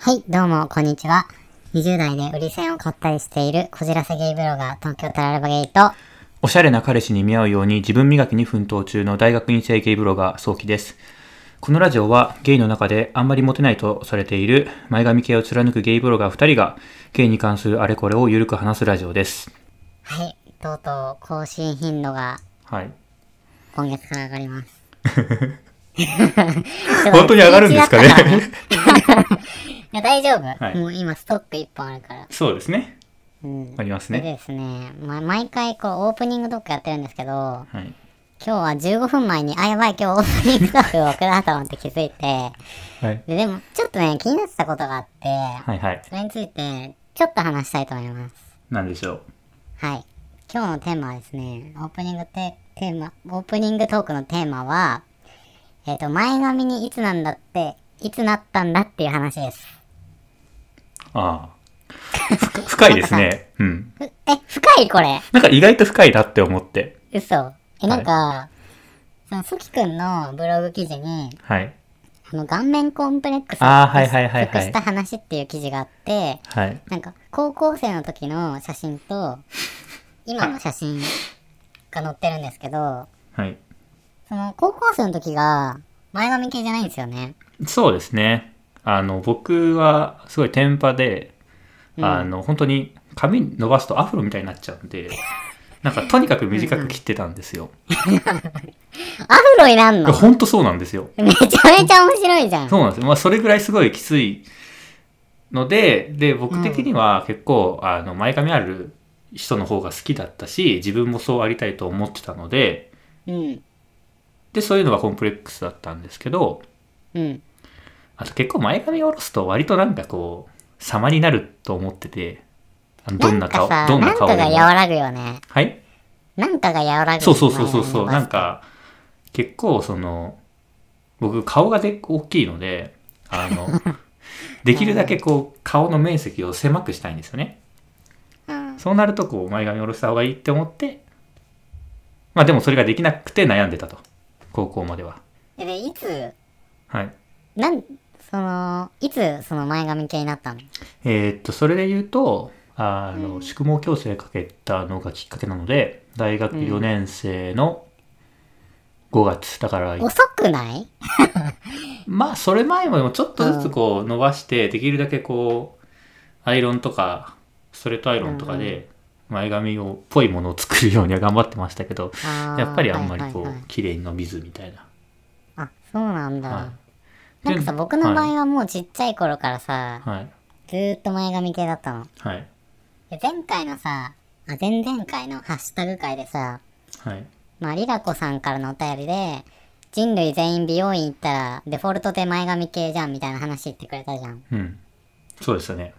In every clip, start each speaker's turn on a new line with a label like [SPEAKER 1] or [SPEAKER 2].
[SPEAKER 1] はい、どうも、こんにちは。20代で売り線を買ったりしている、こじらせゲイブロガー、東京タラレバゲイと、
[SPEAKER 2] おしゃれな彼氏に見合うように自分磨きに奮闘中の大学院生ゲイブロガー、早期です。このラジオはゲイの中であんまりモテないとされている前髪系を貫くゲイブロガー2人がゲイに関するあれこれをゆるく話すラジオです。
[SPEAKER 1] はい、とうとう更新頻度が
[SPEAKER 2] はい。
[SPEAKER 1] 今月から上がります。
[SPEAKER 2] 本当に上がるんですかね
[SPEAKER 1] ちょっと一日だったからねいや、大丈夫、
[SPEAKER 2] はい
[SPEAKER 1] もう今ストック1本あるから。
[SPEAKER 2] そうですね。
[SPEAKER 1] うん。
[SPEAKER 2] あります
[SPEAKER 1] で
[SPEAKER 2] ね。
[SPEAKER 1] ですね、ま、毎回こうオープニングトークやってるんですけど、
[SPEAKER 2] はい。
[SPEAKER 1] 今日は15分前に、あ、やばい、今日オープニングトークを送らなと思って気づいて、
[SPEAKER 2] はい。
[SPEAKER 1] で、でも、ちょっとね、気になってたことがあって、
[SPEAKER 2] はいはい。
[SPEAKER 1] それについて、ちょっと話したいと思います。
[SPEAKER 2] なんでしょう。
[SPEAKER 1] はい。今日のテーマはですね、オープニングテテーマ、オープニングトークのテーマは、えっ、と、前髪にいつなんだって、いつなったんだっていう話です。
[SPEAKER 2] ああ。ふか深いです ね。うん。
[SPEAKER 1] ふえ、深いこれ
[SPEAKER 2] なんか意外と深いなって思って。
[SPEAKER 1] 嘘。え、なんか、その、ソキくんのブログ記事に、
[SPEAKER 2] はい。
[SPEAKER 1] あの、顔面コンプレックスを
[SPEAKER 2] あーはいはいはいはい
[SPEAKER 1] 克服した話っていう記事があって、
[SPEAKER 2] はい。
[SPEAKER 1] なんか、高校生の時の写真と、今の写真が載ってるんですけど、
[SPEAKER 2] はい。
[SPEAKER 1] その、高校生の時が、前髪系じゃないんですよね。
[SPEAKER 2] そうですね。あの、僕はすごい天パで、あの、本当に髪伸ばすとアフロみたいになっちゃう んで、なんかとにかく短く切ってたんですよ。
[SPEAKER 1] アフロになん
[SPEAKER 2] いや
[SPEAKER 1] の
[SPEAKER 2] 本当そうなんですよ。
[SPEAKER 1] めちゃめちゃ面白いじゃん。
[SPEAKER 2] そうなんですよ。まあ、それぐらいすごいきついので、で、僕的には結構、あの、前髪ある人の方が好きだったし、自分もそうありたいと思ってたので、
[SPEAKER 1] うん。
[SPEAKER 2] で、そういうのがコンプレックスだったんですけど、
[SPEAKER 1] うん。
[SPEAKER 2] あと結構前髪下ろすと割となんかこう、様になると思ってて、あのどん
[SPEAKER 1] な
[SPEAKER 2] なん
[SPEAKER 1] か
[SPEAKER 2] 顔、
[SPEAKER 1] さ、
[SPEAKER 2] どん
[SPEAKER 1] な
[SPEAKER 2] なん顔
[SPEAKER 1] か
[SPEAKER 2] で
[SPEAKER 1] が
[SPEAKER 2] も。
[SPEAKER 1] 和らぐよね。
[SPEAKER 2] はい
[SPEAKER 1] なんかが和らぐ。
[SPEAKER 2] そうそうそうそうそ
[SPEAKER 1] 前髪伸
[SPEAKER 2] う。な
[SPEAKER 1] ば
[SPEAKER 2] ん
[SPEAKER 1] す。
[SPEAKER 2] か、結構その、僕顔がで大きいので、あ の、できるだけこう、顔の面積を狭くしたいんですよね。
[SPEAKER 1] うん
[SPEAKER 2] そうなるとこう、前髪下ろした方がいいって思って、まあでもそれができなくて悩んでたと。高校までは。
[SPEAKER 1] えで、いつ、
[SPEAKER 2] はい。
[SPEAKER 1] なん、その、いつその前髪系になったの
[SPEAKER 2] えーっと、それで言うと、あの、宿毛矯正かけたのがきっかけなので、大学4年生の5月、だから、
[SPEAKER 1] 遅くない
[SPEAKER 2] まあ、それ前もちょっとずつこう伸ばして、できるだけこう、アイロンとか、ストレートアイロンとかで、前髪を、ぽいものを作るようには頑張ってましたけど、や
[SPEAKER 1] や
[SPEAKER 2] っぱりあんまりこ、
[SPEAKER 1] はいはいはいう
[SPEAKER 2] 綺麗に伸びずみたいな。
[SPEAKER 1] あ、そうなんだ。
[SPEAKER 2] は
[SPEAKER 1] なんかさ、僕の場
[SPEAKER 2] は
[SPEAKER 1] 合はもうちっちゃい頃からさ、
[SPEAKER 2] い。はい。
[SPEAKER 1] ずーっと前髪系だったの。
[SPEAKER 2] はい。
[SPEAKER 1] で、前回のさ、あ、前々回のハッシュタグ会でさ、
[SPEAKER 2] はい。
[SPEAKER 1] まあ、リラコさんからのお便りで、人類全員美容院行ったら、デフォルトで前髪系じゃんみたいな話言ってくれたじゃん。うん。
[SPEAKER 2] うん。そうですよね。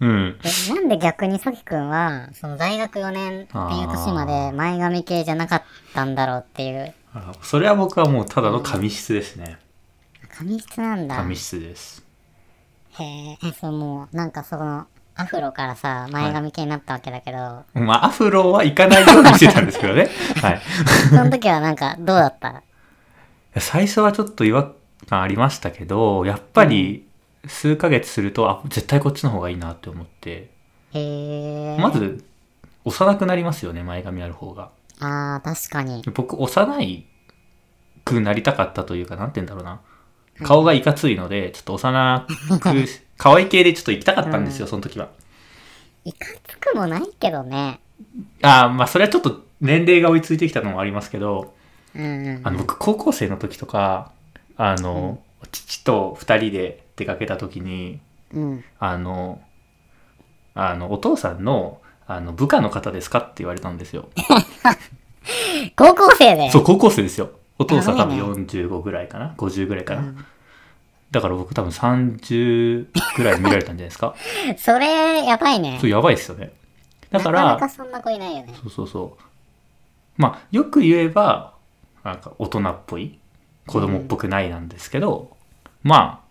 [SPEAKER 2] うん。
[SPEAKER 1] でなんで逆にソキ君は、その大学4年っていう年まで前髪系じゃなかったんだろうっていう、
[SPEAKER 2] あそれは僕はもうただの紙質ですね。
[SPEAKER 1] 髪質なんだ。
[SPEAKER 2] 紙質です。
[SPEAKER 1] へえ、えそうもう、なんかその、アフロからさ、前髪系になったわけだけど、
[SPEAKER 2] まあ、アフロはいかないようにしてたんですけどね。はい。
[SPEAKER 1] その時はなんかどうだった
[SPEAKER 2] 最初はちょっと違和感ありましたけど、やっぱり数ヶ月すると、あ、絶対こっちの方がいいなって思って、
[SPEAKER 1] へえ。
[SPEAKER 2] まず、幼くなりますよね、前髪ある方が。
[SPEAKER 1] あー、確かに。
[SPEAKER 2] 僕、幼いくなりたかったというか、なんて言うんだろうな。顔がいかついので、ちょっと幼く、可愛い系でちょっと行きたかったんですよ、その時は。
[SPEAKER 1] いかつくもないけどね。
[SPEAKER 2] ああ、まあ、それはちょっと年齢が追いついてきたのもありますけど、
[SPEAKER 1] うんうん。
[SPEAKER 2] あの僕高校生の時とかあの、父と2人で出かけた時に
[SPEAKER 1] うん。
[SPEAKER 2] あのあのお父さんのあの部下の方ですかって言われたんです よ
[SPEAKER 1] 高校生で。
[SPEAKER 2] そう高校生ですよお父さん
[SPEAKER 1] や
[SPEAKER 2] 多
[SPEAKER 1] ばい
[SPEAKER 2] 分
[SPEAKER 1] ね
[SPEAKER 2] 45ぐらいかな50ぐらいかな、だから僕多分30ぐらいに見られたんじゃないで すか
[SPEAKER 1] それ、やばいね
[SPEAKER 2] そ。うやばいですよねだから
[SPEAKER 1] なかなかそんな子いないよね。
[SPEAKER 2] そうそうそう。まあ、よく言えば、なんか大人っぽい、子供っぽくないなんですけど、ま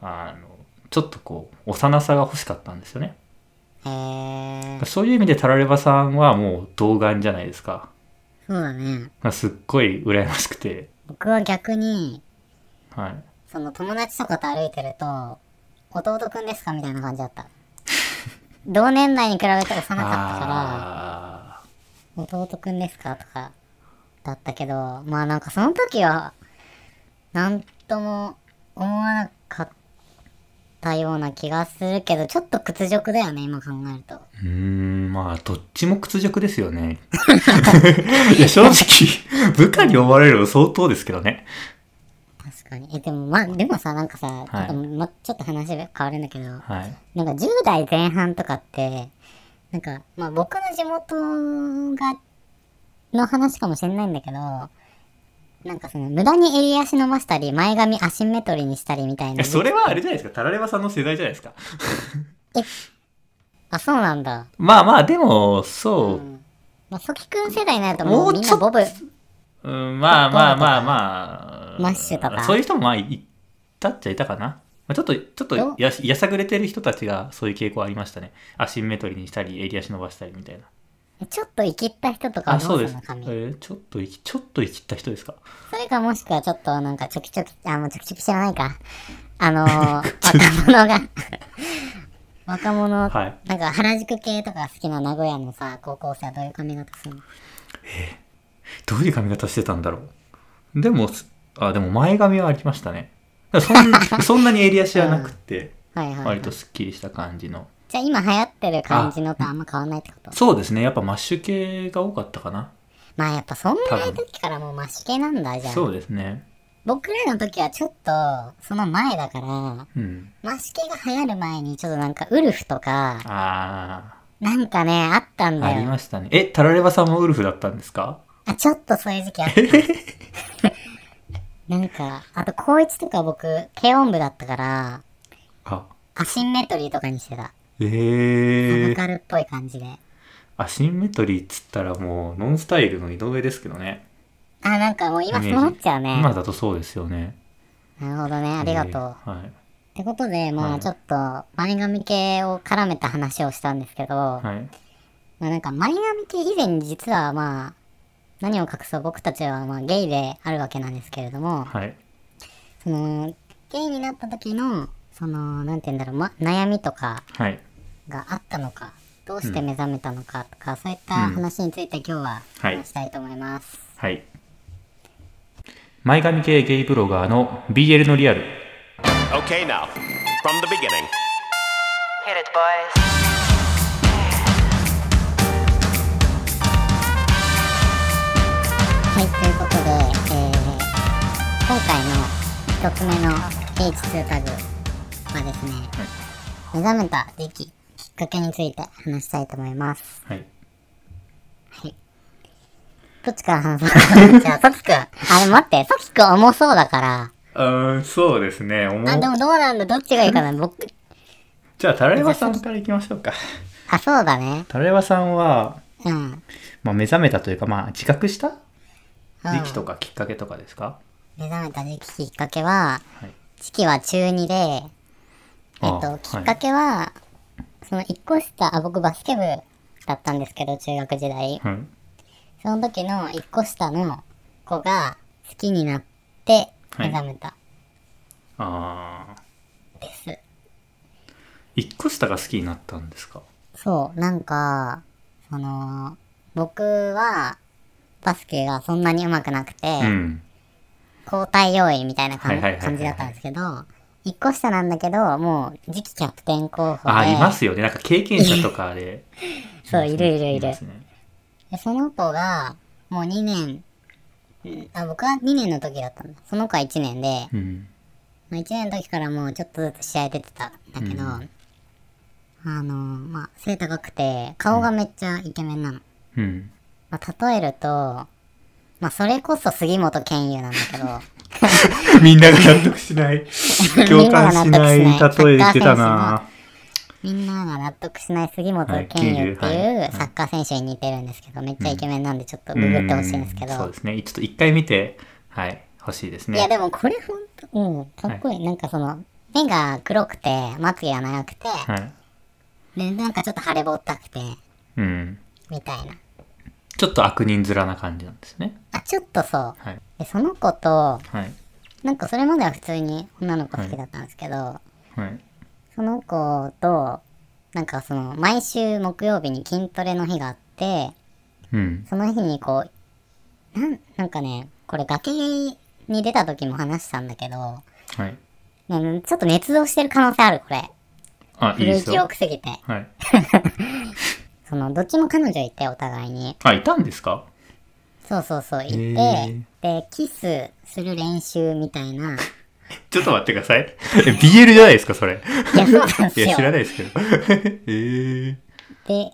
[SPEAKER 2] あ、あの、ちょっとこう、幼さが欲しかったんですよね。
[SPEAKER 1] へえ。
[SPEAKER 2] そういう意味でタラレバさんはもう童顔じゃないですか。
[SPEAKER 1] そうだね。
[SPEAKER 2] まあすっごい羨ましくて、
[SPEAKER 1] 僕は逆に、
[SPEAKER 2] はい。
[SPEAKER 1] その友達とかと歩いてると、弟くんですかみたいな感じだ った。同年代に比べて幼かったか
[SPEAKER 2] あ
[SPEAKER 1] ら、弟くんですかとか、だったけど、まあなんかその時は、なんとも思わなかったような気がするけど、ちょっと屈辱だよね、今考えると。
[SPEAKER 2] ーうーんまあどっちも屈辱です よねいや正直部下に思われるの相当ですけどね
[SPEAKER 1] 確かに。え、でもまあ、でもさ、なんかさ、ちょっと、
[SPEAKER 2] は
[SPEAKER 1] ま、ちょっと話変わるんだけど、
[SPEAKER 2] はい
[SPEAKER 1] なんか10代前半とかって、なんか、まあ僕の地元が、の話かもしれないんだけど、なんかその、無駄に襟足伸ばしたり、前髪アシンメトリーにしたりみたい
[SPEAKER 2] い
[SPEAKER 1] な。
[SPEAKER 2] やそれはあれじゃないですかタラレバさんの世代じゃないですか
[SPEAKER 1] あ、そうなんだ。
[SPEAKER 2] まあまあでもそう、
[SPEAKER 1] まあ、ソキ君世代になるともうみんなボブ、
[SPEAKER 2] うん、まあまあまあまあ。
[SPEAKER 1] マッシュとか
[SPEAKER 2] そういう人もまあ、いたっちゃいたかな。まあちょっと、ちょっとややさぐれてる人たちがそういう傾向ありましたね。アシンメトリーにしたり、襟足伸ばしたりみたいな。
[SPEAKER 1] ちょっと生きった人とかは
[SPEAKER 2] あ、
[SPEAKER 1] ど
[SPEAKER 2] そう
[SPEAKER 1] う
[SPEAKER 2] ですす
[SPEAKER 1] るの。髪。
[SPEAKER 2] えーちょっと生き、ちょっと生きった人ですか。
[SPEAKER 1] それかもしくはちょっとなんかちょきちょき、あ、もうちょきちょき知らないか。あの ー、若者が、若者、
[SPEAKER 2] はい
[SPEAKER 1] なんか原宿系とか好きな名古屋のさ、高校生はどういう髪型するの
[SPEAKER 2] どういう髪型してたんだろう。でも、すあ、でも前髪はありましたね。だから そんなそんなに襟足はなくて、
[SPEAKER 1] はいはい、
[SPEAKER 2] 割とすっきりした感じの。
[SPEAKER 1] じゃあ今流行ってる感じのとあんま変わんないってこと
[SPEAKER 2] そうですね。やっぱマッシュ系が多かったかな。
[SPEAKER 1] まあやっぱそんな時からもうマシ系なんだじゃあ
[SPEAKER 2] そうですね。
[SPEAKER 1] 僕らの時はちょっとその前だから
[SPEAKER 2] うん。
[SPEAKER 1] マシ系が流行る前にちょっとなんかウルフとか
[SPEAKER 2] ああ。
[SPEAKER 1] なんかねあったんだ
[SPEAKER 2] あり
[SPEAKER 1] よ
[SPEAKER 2] ましたね。え、タラレバさんもウルフだったんですか
[SPEAKER 1] あちょっとそういう時期あった なんかあと高一とか僕軽音部だったから
[SPEAKER 2] あ、
[SPEAKER 1] アシンメトリーとかにしてた
[SPEAKER 2] え
[SPEAKER 1] サ
[SPEAKER 2] ー
[SPEAKER 1] ブカルっぽい感じで
[SPEAKER 2] アシンメトリーっつったらもう、ノンスタイルの井上ですけどね。
[SPEAKER 1] あなんかもう今
[SPEAKER 2] イ
[SPEAKER 1] そ
[SPEAKER 2] メー
[SPEAKER 1] う
[SPEAKER 2] ジ
[SPEAKER 1] なっちゃうね
[SPEAKER 2] 今だとそうですよね。
[SPEAKER 1] なるほどねありがとう、
[SPEAKER 2] えーはい。
[SPEAKER 1] ってことで、ま
[SPEAKER 2] は
[SPEAKER 1] あ
[SPEAKER 2] い
[SPEAKER 1] ちょっと前髪系を絡めた話をしたんですけど、
[SPEAKER 2] はい。
[SPEAKER 1] まあなんか前髪系以前に実はまあ、何を隠そう僕たちはまあゲイであるわけなんですけれども、
[SPEAKER 2] はい。
[SPEAKER 1] その、ゲイになった時の、その、なんて言うんだろう、ま、悩みとか
[SPEAKER 2] はい。
[SPEAKER 1] があったのか、どうして目覚めたのかとか、そういった話について今日は
[SPEAKER 2] はい
[SPEAKER 1] 話したいと思います。
[SPEAKER 2] はい。前髪系ゲイブロガーの BL のリアル。
[SPEAKER 3] Okay, now, from the beginning.
[SPEAKER 4] Hit it, boys.
[SPEAKER 1] はい、ということで、えー今回の1つ目の H2 タグはですね、目覚めた時期、きっかけについて話したいと思います。
[SPEAKER 2] はい。
[SPEAKER 1] はい。どっちから話そうかじゃあ、ソ キくん。あれ、待って、ソキくん重そうだから。
[SPEAKER 2] うーん、そうですね。
[SPEAKER 1] あ、でもどうなんだ、どっちがいいかな、 僕。
[SPEAKER 2] じゃあ、タラレバさんからいきましょうか。
[SPEAKER 1] あ、そうだね。
[SPEAKER 2] タラレバさんは、
[SPEAKER 1] うん。
[SPEAKER 2] まあ、目覚めたというか、まあ、自覚した
[SPEAKER 1] うん
[SPEAKER 2] 時期とかきっかけとかですか、
[SPEAKER 1] 目覚めた時期きっかけは、
[SPEAKER 2] はい。
[SPEAKER 1] 時期は中2で、えっ
[SPEAKER 2] あ
[SPEAKER 1] と、きっかけは、その1個下、あ、僕バスケ部だったんですけど、中学時代。
[SPEAKER 2] はい。はい
[SPEAKER 1] その時の1個下の子が好きになって
[SPEAKER 2] はい
[SPEAKER 1] 目覚めた
[SPEAKER 2] ああ。
[SPEAKER 1] です。
[SPEAKER 2] 一個下が好きになったんですか
[SPEAKER 1] そう、なんか、その、僕はバスケがそんなに上手くなくて、
[SPEAKER 2] うん
[SPEAKER 1] 交代要員みたいな感
[SPEAKER 2] はいはいはいはい
[SPEAKER 1] 感じだったんですけど、1個下なんだけど、もう次期キャプテン候補で。
[SPEAKER 2] あ、いますよねなんか経験者とかで
[SPEAKER 1] そう、いるいるいる
[SPEAKER 2] ま。すね
[SPEAKER 1] でその子が、もう2年、うんあ、僕は2年の時だったんだ。その子は1年で、
[SPEAKER 2] うん
[SPEAKER 1] まあ、1年の時からもうちょっとずつ試合出てたんだけど、あのまあ背高くて顔がめっちゃイケメンなの、
[SPEAKER 2] うん
[SPEAKER 1] まあ、例えるとまあそれこそ杉本健佑なんだけ ど
[SPEAKER 2] みんなが納得し ない共感しない
[SPEAKER 1] みんなが納得しない
[SPEAKER 2] 例えてたな
[SPEAKER 1] みんなが納得しない杉本
[SPEAKER 2] はい
[SPEAKER 1] 健佑って
[SPEAKER 2] 健
[SPEAKER 1] い
[SPEAKER 2] 佑は
[SPEAKER 1] う
[SPEAKER 2] い
[SPEAKER 1] サッカー選手に似てるんですけど、めっちゃイケメンなんでちょっとググってほしいんですけど、
[SPEAKER 2] うそうですねちょっと一回見てはい欲しいですね
[SPEAKER 1] いやでもこれほんとうんかっこいい、なんかその目が黒くてまつげが長くて、
[SPEAKER 2] はい
[SPEAKER 1] でなんかちょっと腫れぼったくて
[SPEAKER 2] うん
[SPEAKER 1] みたいな
[SPEAKER 2] ちょっと悪人面な感じなんですね
[SPEAKER 1] あちょっとそう
[SPEAKER 2] はい
[SPEAKER 1] でその子と
[SPEAKER 2] はい
[SPEAKER 1] なんかそれまでは普通に女の子好きだったんですけど、
[SPEAKER 2] はい。
[SPEAKER 1] その子と、なんかその、毎週木曜日に筋トレの日があって、
[SPEAKER 2] うん。
[SPEAKER 1] その日にこう、なん、なんかね、これ崖に出た時も話したんだけど、
[SPEAKER 2] はい。
[SPEAKER 1] ね、ちょっと捏造してる可能性ある、これ。
[SPEAKER 2] あ、いい
[SPEAKER 1] 古
[SPEAKER 2] で
[SPEAKER 1] い
[SPEAKER 2] す
[SPEAKER 1] 記
[SPEAKER 2] よ。
[SPEAKER 1] 憶すぎて。
[SPEAKER 2] はい。
[SPEAKER 1] その、どっちも彼女いて、お互いに。
[SPEAKER 2] あ、いたんですか
[SPEAKER 1] そうそうそう、いて、
[SPEAKER 2] へ
[SPEAKER 1] で、キスする練習みたいな。
[SPEAKER 2] ちょっと待ってください。え BL じゃないですか、そ れ。
[SPEAKER 1] いや、そうなんです
[SPEAKER 2] いや、
[SPEAKER 1] よ
[SPEAKER 2] 知。らないですけど。 えー、
[SPEAKER 1] で、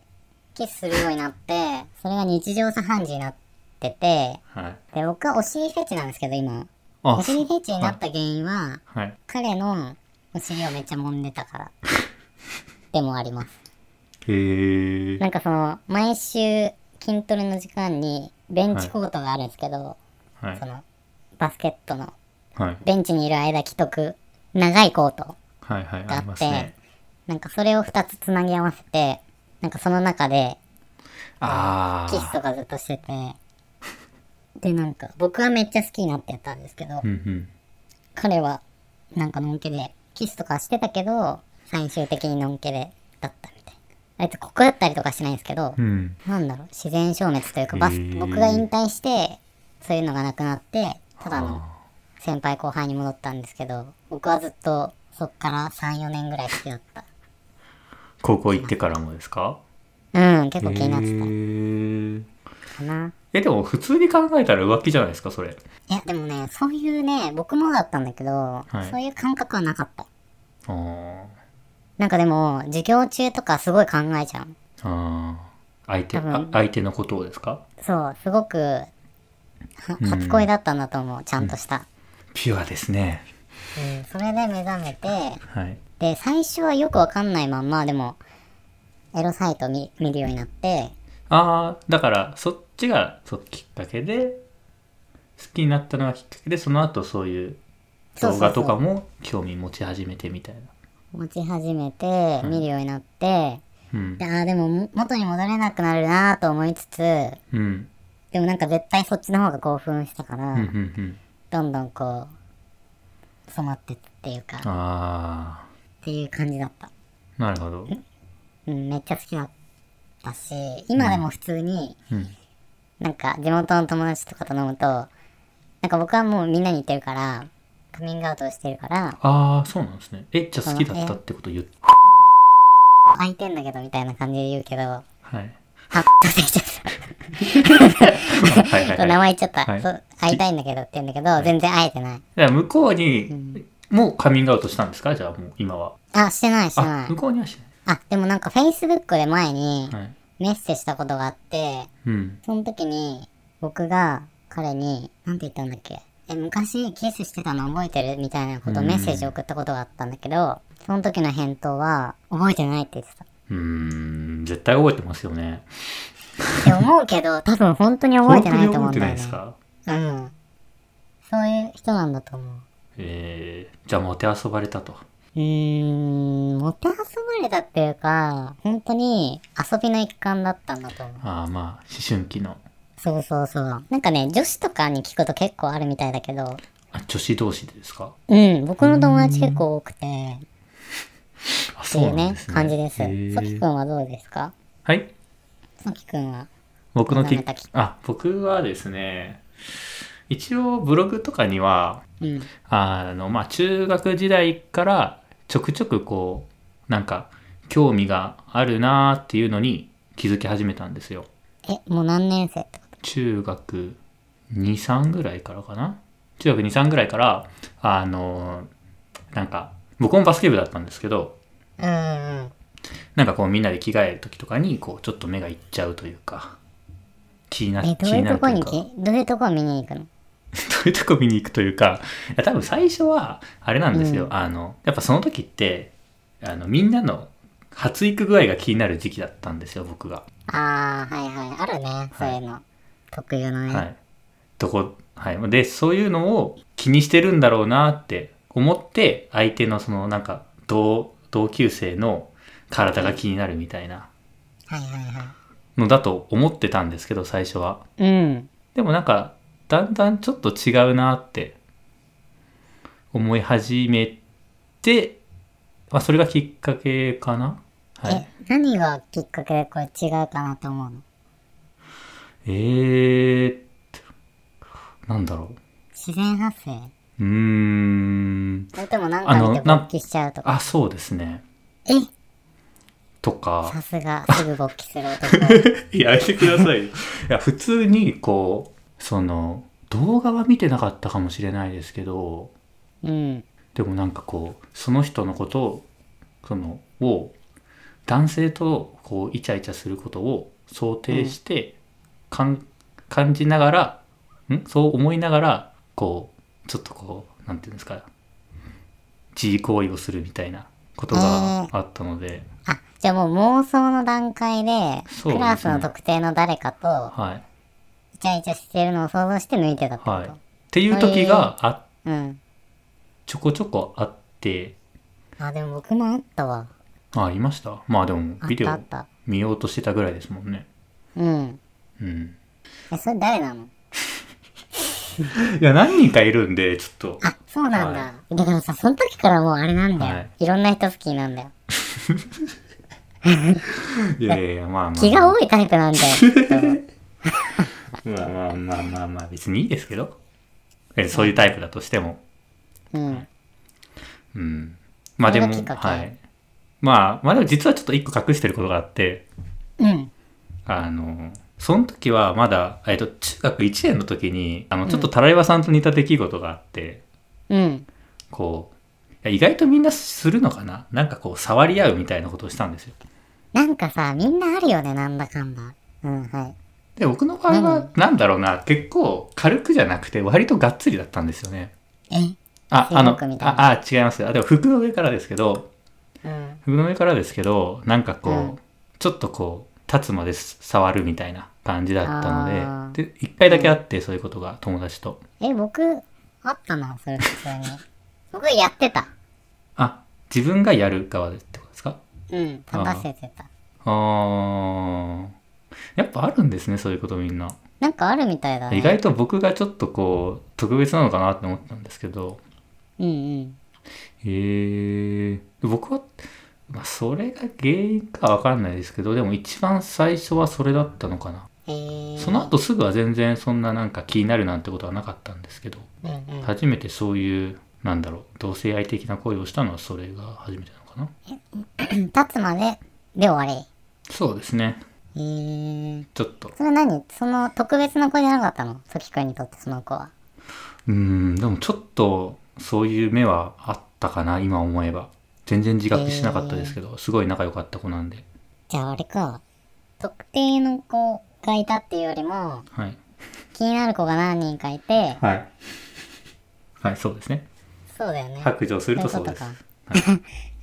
[SPEAKER 1] キスするようになって、それが日常茶飯事になってて、
[SPEAKER 2] はい。
[SPEAKER 1] で、僕はお尻フェチなんですけど、今。
[SPEAKER 2] あ
[SPEAKER 1] お、尻フェチになった原因は、
[SPEAKER 2] はい。
[SPEAKER 1] 彼のお尻をめっちゃ揉んでたから。でもあります。
[SPEAKER 2] えー、
[SPEAKER 1] なんかその、毎週筋トレの時間にベンチコートがあるんですけど、
[SPEAKER 2] はい
[SPEAKER 1] そ。の、バスケットの、
[SPEAKER 2] はい。
[SPEAKER 1] ベンチにいる間着とく長いコート
[SPEAKER 2] はい、はい、
[SPEAKER 1] が
[SPEAKER 2] あ
[SPEAKER 1] あっ
[SPEAKER 2] ります
[SPEAKER 1] て、
[SPEAKER 2] ね。
[SPEAKER 1] なんかそれを2つつなぎ合わせて、なんかその中で
[SPEAKER 2] あ
[SPEAKER 1] キス
[SPEAKER 2] ー。
[SPEAKER 1] とかずっとしてて、でなんか僕はめっちゃ好きになってやったんですけど、
[SPEAKER 2] うんうん。
[SPEAKER 1] 彼はなんかのんけでキスとかしてたけど最終的にのんけでだったみたいなあいつここだったりとかしないんですけど、
[SPEAKER 2] うん。
[SPEAKER 1] なんだろう自然消滅というかバス
[SPEAKER 2] へー
[SPEAKER 1] 僕が引退してそういうのがなくなってただの先輩後輩に戻ったんですけど僕はずっとそっから34年ぐらい好きだった
[SPEAKER 2] 高校行ってからもですか
[SPEAKER 1] うん結構気になっ
[SPEAKER 2] え
[SPEAKER 1] て
[SPEAKER 2] ー、
[SPEAKER 1] たかな、
[SPEAKER 2] え、でも普通に考えたら浮気じゃないですか、それ。
[SPEAKER 1] いやでもねそういうね僕もだったんだけど、
[SPEAKER 2] い
[SPEAKER 1] そういう感覚はなかった
[SPEAKER 2] あー。
[SPEAKER 1] なんかでも授業中とかすごい考えちゃう
[SPEAKER 2] あー。相手、
[SPEAKER 1] 多分
[SPEAKER 2] あ相手のことをですか
[SPEAKER 1] そう、すごく、は初恋だったんだと思う、ちゃんとした。
[SPEAKER 2] ピュアですね。
[SPEAKER 1] うん、それで目覚めて、
[SPEAKER 2] はい。
[SPEAKER 1] で、最初はよくわかんないまんま、でも、エロサイト見見るようになって、
[SPEAKER 2] ああ、だから、そっちがそうきっかけで、好きになったのがきっかけで、その後そういう
[SPEAKER 1] そうそうそ
[SPEAKER 2] 動
[SPEAKER 1] う
[SPEAKER 2] 画とかも興味持ち始めてみたいな。
[SPEAKER 1] 持ち始めて、見るようになって、
[SPEAKER 2] うん
[SPEAKER 1] で。ああ、でもも元に戻れなくなるなーと思いつつ、で
[SPEAKER 2] うん。
[SPEAKER 1] もなんか絶対そっちの方が興奮したから、
[SPEAKER 2] うん。うん。うん。
[SPEAKER 1] どんどんこう、染まってっていうか、っ
[SPEAKER 2] あ
[SPEAKER 1] ていう感じだった。
[SPEAKER 2] あ、なるほど。
[SPEAKER 1] うん、めっちゃ好きだったし、今でも普通に、
[SPEAKER 2] うん
[SPEAKER 1] なんか地元の友達とかと飲むと、なんか僕はもうみんなに言ってるから、カミングアウトしてるから、
[SPEAKER 2] ああ、そうなんですね。え、じゃあ好きだったってこと言って。
[SPEAKER 1] 空いてんだけどみたいな感じで言うけど、は
[SPEAKER 2] はい。
[SPEAKER 1] っとできちゃっ
[SPEAKER 2] はいは
[SPEAKER 1] た。名
[SPEAKER 2] いはい。
[SPEAKER 1] 前言っちゃった、
[SPEAKER 2] はい
[SPEAKER 1] そう。会いたいんだけどって言うんだけど、全然会えてない。
[SPEAKER 2] だから向こうに、もうカミングアウトしたんですかじゃあもう今は。
[SPEAKER 1] あ、してない、してな
[SPEAKER 2] あ
[SPEAKER 1] い、
[SPEAKER 2] 向。こうにはし
[SPEAKER 1] あ、でもなんか Facebook で前に
[SPEAKER 2] ない。はい。
[SPEAKER 1] メッセしたことがあって、
[SPEAKER 2] うん。
[SPEAKER 1] その時に僕が彼に、なんて言ったんだっけえ、昔キスしてたの覚えてるみたいなことをメッセージ送ったことがあったんだけど、その時の返答は、覚えてないって言ってた。
[SPEAKER 2] うーん、絶対覚えてますよね。
[SPEAKER 1] って思うけど、多分本当に覚えてないと思うん
[SPEAKER 2] 本当に覚えて
[SPEAKER 1] だ
[SPEAKER 2] な
[SPEAKER 1] よ
[SPEAKER 2] い
[SPEAKER 1] ね
[SPEAKER 2] です。か
[SPEAKER 1] うん。そういう人なんだと思う。
[SPEAKER 2] えー、じゃあもて遊ばれたと。
[SPEAKER 1] うーん、もてあそばれたっていうか、本当に遊びの一環だったんだと思う。
[SPEAKER 2] ああまあ、思春期の。
[SPEAKER 1] そうそうそう。なんかね、女子とかに聞くと結構あるみたいだけど、
[SPEAKER 2] あ、女子同士でですか
[SPEAKER 1] うん、僕の友達結構多くて、
[SPEAKER 2] あ、
[SPEAKER 1] って
[SPEAKER 2] そ
[SPEAKER 1] いう
[SPEAKER 2] うなん
[SPEAKER 1] ね
[SPEAKER 2] ですね。
[SPEAKER 1] 感じです。
[SPEAKER 2] へ
[SPEAKER 1] さき
[SPEAKER 2] ー
[SPEAKER 1] くんはどうですか
[SPEAKER 2] はい。
[SPEAKER 1] さきくんは。
[SPEAKER 2] 僕の
[SPEAKER 1] 目
[SPEAKER 2] き
[SPEAKER 1] 覚めたき、
[SPEAKER 2] あ、僕はですね、一応ブログとかには、
[SPEAKER 1] うん。
[SPEAKER 2] あの、まあ、中学時代からちょくちょくこう、なんか、興味があるなーっていうのに気づき始めたんですよ。
[SPEAKER 1] え、もう何年生ってこ
[SPEAKER 2] 中学23ぐらいからかな中学23ぐらいからあのなんか僕もバスケ部だったんですけど
[SPEAKER 1] とうんうん。
[SPEAKER 2] なんかこうみんなで着替える時とかにこうちょっと目がいっちゃうというか気にな
[SPEAKER 1] え、どう
[SPEAKER 2] 気
[SPEAKER 1] い
[SPEAKER 2] に
[SPEAKER 1] う
[SPEAKER 2] な
[SPEAKER 1] と
[SPEAKER 2] ると
[SPEAKER 1] こ
[SPEAKER 2] いう
[SPEAKER 1] に
[SPEAKER 2] か
[SPEAKER 1] き
[SPEAKER 2] ど
[SPEAKER 1] どういうとこ見に行くの
[SPEAKER 2] ういうとこ見に行くというかいや多分最初はあれなんですよ、あのやっぱその時ってあのみんなの発育具合が気になる時期だったんですよ僕が。
[SPEAKER 1] ああ、はいはい。あるね、そういうの。特有のね。
[SPEAKER 2] はい。とこ、はい。で、そういうのを気にしてるんだろうなって思って、相手のそのなんか同、同級生の体が気になるみたいな
[SPEAKER 1] はいはいは
[SPEAKER 2] のだと思ってたんですけど、最初は。
[SPEAKER 1] い。うん。
[SPEAKER 2] でもなんか、だんだんちょっと違うなって思い始めて、まあ、それがきっかけかな。はい
[SPEAKER 1] え、、何がきっかけでこれ違うかなと思うの
[SPEAKER 2] えーっと、なんだろ
[SPEAKER 1] 自然発生
[SPEAKER 2] う。うーん。
[SPEAKER 1] それともなん
[SPEAKER 2] あ
[SPEAKER 1] か
[SPEAKER 2] の
[SPEAKER 1] 見て勃起しちゃうとか。
[SPEAKER 2] あ、そうですね。
[SPEAKER 1] え
[SPEAKER 2] とか。
[SPEAKER 1] さすが、すぐ勃起する 男。
[SPEAKER 2] いややめてくださいよ。いや、普通に、こう、その、動画は見てなかったかもしれないですけど、
[SPEAKER 1] うん。
[SPEAKER 2] でもなんかこう、その人のことを、その、を、男性と、こう、イチャイチャすることを想定して、かん、感じながら、んそう思いながら、こう、ちょっとこう、なんていうんですか、自慰行為をするみたいなことがあったので、
[SPEAKER 1] あ、じゃあもう妄想の段階で、
[SPEAKER 2] そうですね
[SPEAKER 1] クラスの特定の誰かと、
[SPEAKER 2] はい。
[SPEAKER 1] イチャイチャしてるのを想像して抜いてたってこと。
[SPEAKER 2] はい。っていう時があっ
[SPEAKER 1] うん。
[SPEAKER 2] ちょこちょこあって、
[SPEAKER 1] あ、でも僕もあったわ。
[SPEAKER 2] あ、ありました。まあでも
[SPEAKER 1] あ、っ
[SPEAKER 2] ビデ
[SPEAKER 1] たあ
[SPEAKER 2] オ
[SPEAKER 1] った。
[SPEAKER 2] 見ようとしてたぐらいですもんね。
[SPEAKER 1] うん。
[SPEAKER 2] うん。
[SPEAKER 1] え、それ誰なの
[SPEAKER 2] いや、何人かいるんで、ちょっと。
[SPEAKER 1] あ、そうなんだ。だからさ、その時からもうあれなんだよ。、
[SPEAKER 2] はい
[SPEAKER 1] ろんな人好きなんだよ。
[SPEAKER 2] いやいやいや、まあまあ。
[SPEAKER 1] 気が多いタイプなんだ よ。
[SPEAKER 2] まあまあまあまあまあ、別にいいですけど。えそういうタイプだとしても。
[SPEAKER 1] うん。
[SPEAKER 2] うん。まあでも、
[SPEAKER 1] それがきっかけ
[SPEAKER 2] はい。まあ、まあでも実はちょっと一個隠してることがあって、
[SPEAKER 1] うん。
[SPEAKER 2] あの、その時はまだ、えっと、中学1年の時に、あの、ちょっとタライバさんと似た出来事があって、
[SPEAKER 1] うん。
[SPEAKER 2] こう、いや意外とみんなするのかななんかこう、触り合うみたいなことをしたんですよ。
[SPEAKER 1] なんかさ、みんなあるよね、なんだかんだ。うん、はい。
[SPEAKER 2] で、僕の場合は、なんだろうな、結構軽くじゃなくて、割とがっつりだったんですよね。
[SPEAKER 1] え
[SPEAKER 2] あ、あの
[SPEAKER 1] 水、木みたいな
[SPEAKER 2] あ、あ違いますよ。あ、でも服の上からですけど、
[SPEAKER 1] うん。
[SPEAKER 2] 服の上からですけど、なんかこう、
[SPEAKER 1] うん
[SPEAKER 2] ちょっとこう、立つまで触るみたいな感じだった
[SPEAKER 1] あ
[SPEAKER 2] の
[SPEAKER 1] ー
[SPEAKER 2] で、で、一回だけ会って、そういうことが、友達と。
[SPEAKER 1] え、僕、あったな、それ普通に。僕やってた。
[SPEAKER 2] あ、自分がやる側でってことですか
[SPEAKER 1] うん、立たせてた。
[SPEAKER 2] あー。やっぱあるんですね、そういうことみんな。
[SPEAKER 1] なんかあるみたいだね。
[SPEAKER 2] 意外と僕がちょっとこう特別なのかなって思ったんですけど
[SPEAKER 1] うんうん。
[SPEAKER 2] へえ僕は、まあ、それが原因かわかんないですけどでも一番最初はそれだったのかな
[SPEAKER 1] えー、
[SPEAKER 2] その後すぐは全然そんななんか気になるなんてことはなかったんですけど
[SPEAKER 1] うんうん、
[SPEAKER 2] 初めてそういうなんだろう同性愛的な行為をしたのはそれが初めてなのかな
[SPEAKER 1] 立つまでで終わり。
[SPEAKER 2] そうですね
[SPEAKER 1] えー、
[SPEAKER 2] ちょっと
[SPEAKER 1] それ何その特別な子じゃなかったのソキ君にとってその子は。
[SPEAKER 2] うんでもちょっとそういう目はあったかな今思えば全然自覚しなかったですけど、すごい仲良かった子なんで
[SPEAKER 1] じゃああれか。特定の子がいたっていうよりも、
[SPEAKER 2] はい
[SPEAKER 1] 気になる子が何人かいて、
[SPEAKER 2] はい。はい、そうですね。
[SPEAKER 1] そうだよね。
[SPEAKER 2] 白状するとそうです
[SPEAKER 1] そう。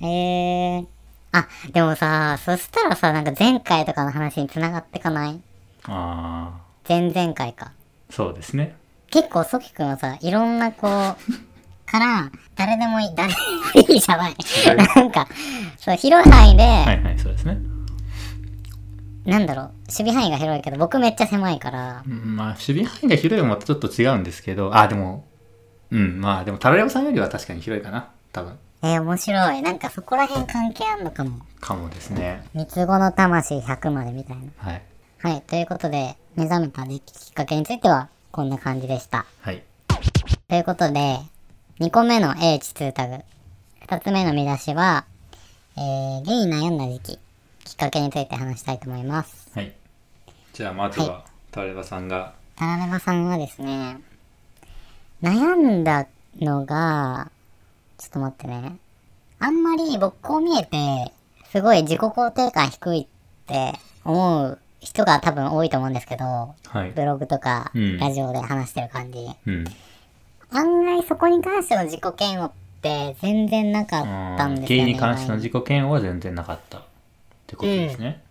[SPEAKER 1] えー。あ、でもさ、そしたらさ、なんか前回とかの話に繋がってかない
[SPEAKER 2] ああ、
[SPEAKER 1] 前々回か。
[SPEAKER 2] そうですね。
[SPEAKER 1] 結構、ソキ君はさ、いろんな 子から、誰でもいい、誰でもいいじゃない。なんか、そう、広い範囲で、
[SPEAKER 2] はいはい、そうですね。
[SPEAKER 1] なんだろう、守備範囲が広いけど、僕めっちゃ狭いから、
[SPEAKER 2] うんまあ、守備範囲が広いのもまたちょっと違うんですけど、あー、でも、うん、まあ、でも、タラレオさんよりは確かに広いかな。多分。
[SPEAKER 1] えー、面白い。なんかそこら辺関係あんのかも。
[SPEAKER 2] かもですね。
[SPEAKER 1] 三つ子の魂100までみたいな。
[SPEAKER 2] はい。
[SPEAKER 1] はい、ということで、目覚めたきっかけについては、こんな感じでした。
[SPEAKER 2] はい。
[SPEAKER 1] ということで、2個目の英知2タグ。2つ目の見出しは、えー、ゲイ悩んだ時期。きっかけについて話したいと思います。
[SPEAKER 2] はい。じゃあ、まずは、タラレバさんが、
[SPEAKER 1] タラレバさんはですね、悩んだのが、ちょっと待ってね。あんまり僕こう見えて、すごい自己肯定感低いって思う人が多分多いと思うんですけど、
[SPEAKER 2] はい。
[SPEAKER 1] ブログとか
[SPEAKER 2] うん
[SPEAKER 1] ラジオで話してる感じ。
[SPEAKER 2] うん。
[SPEAKER 1] 案外そこに関しての自己嫌悪って全然なかったんです
[SPEAKER 2] ゲ
[SPEAKER 1] よ
[SPEAKER 2] イ
[SPEAKER 1] ね。
[SPEAKER 2] に関しての自己嫌悪は全然なかったってことですね。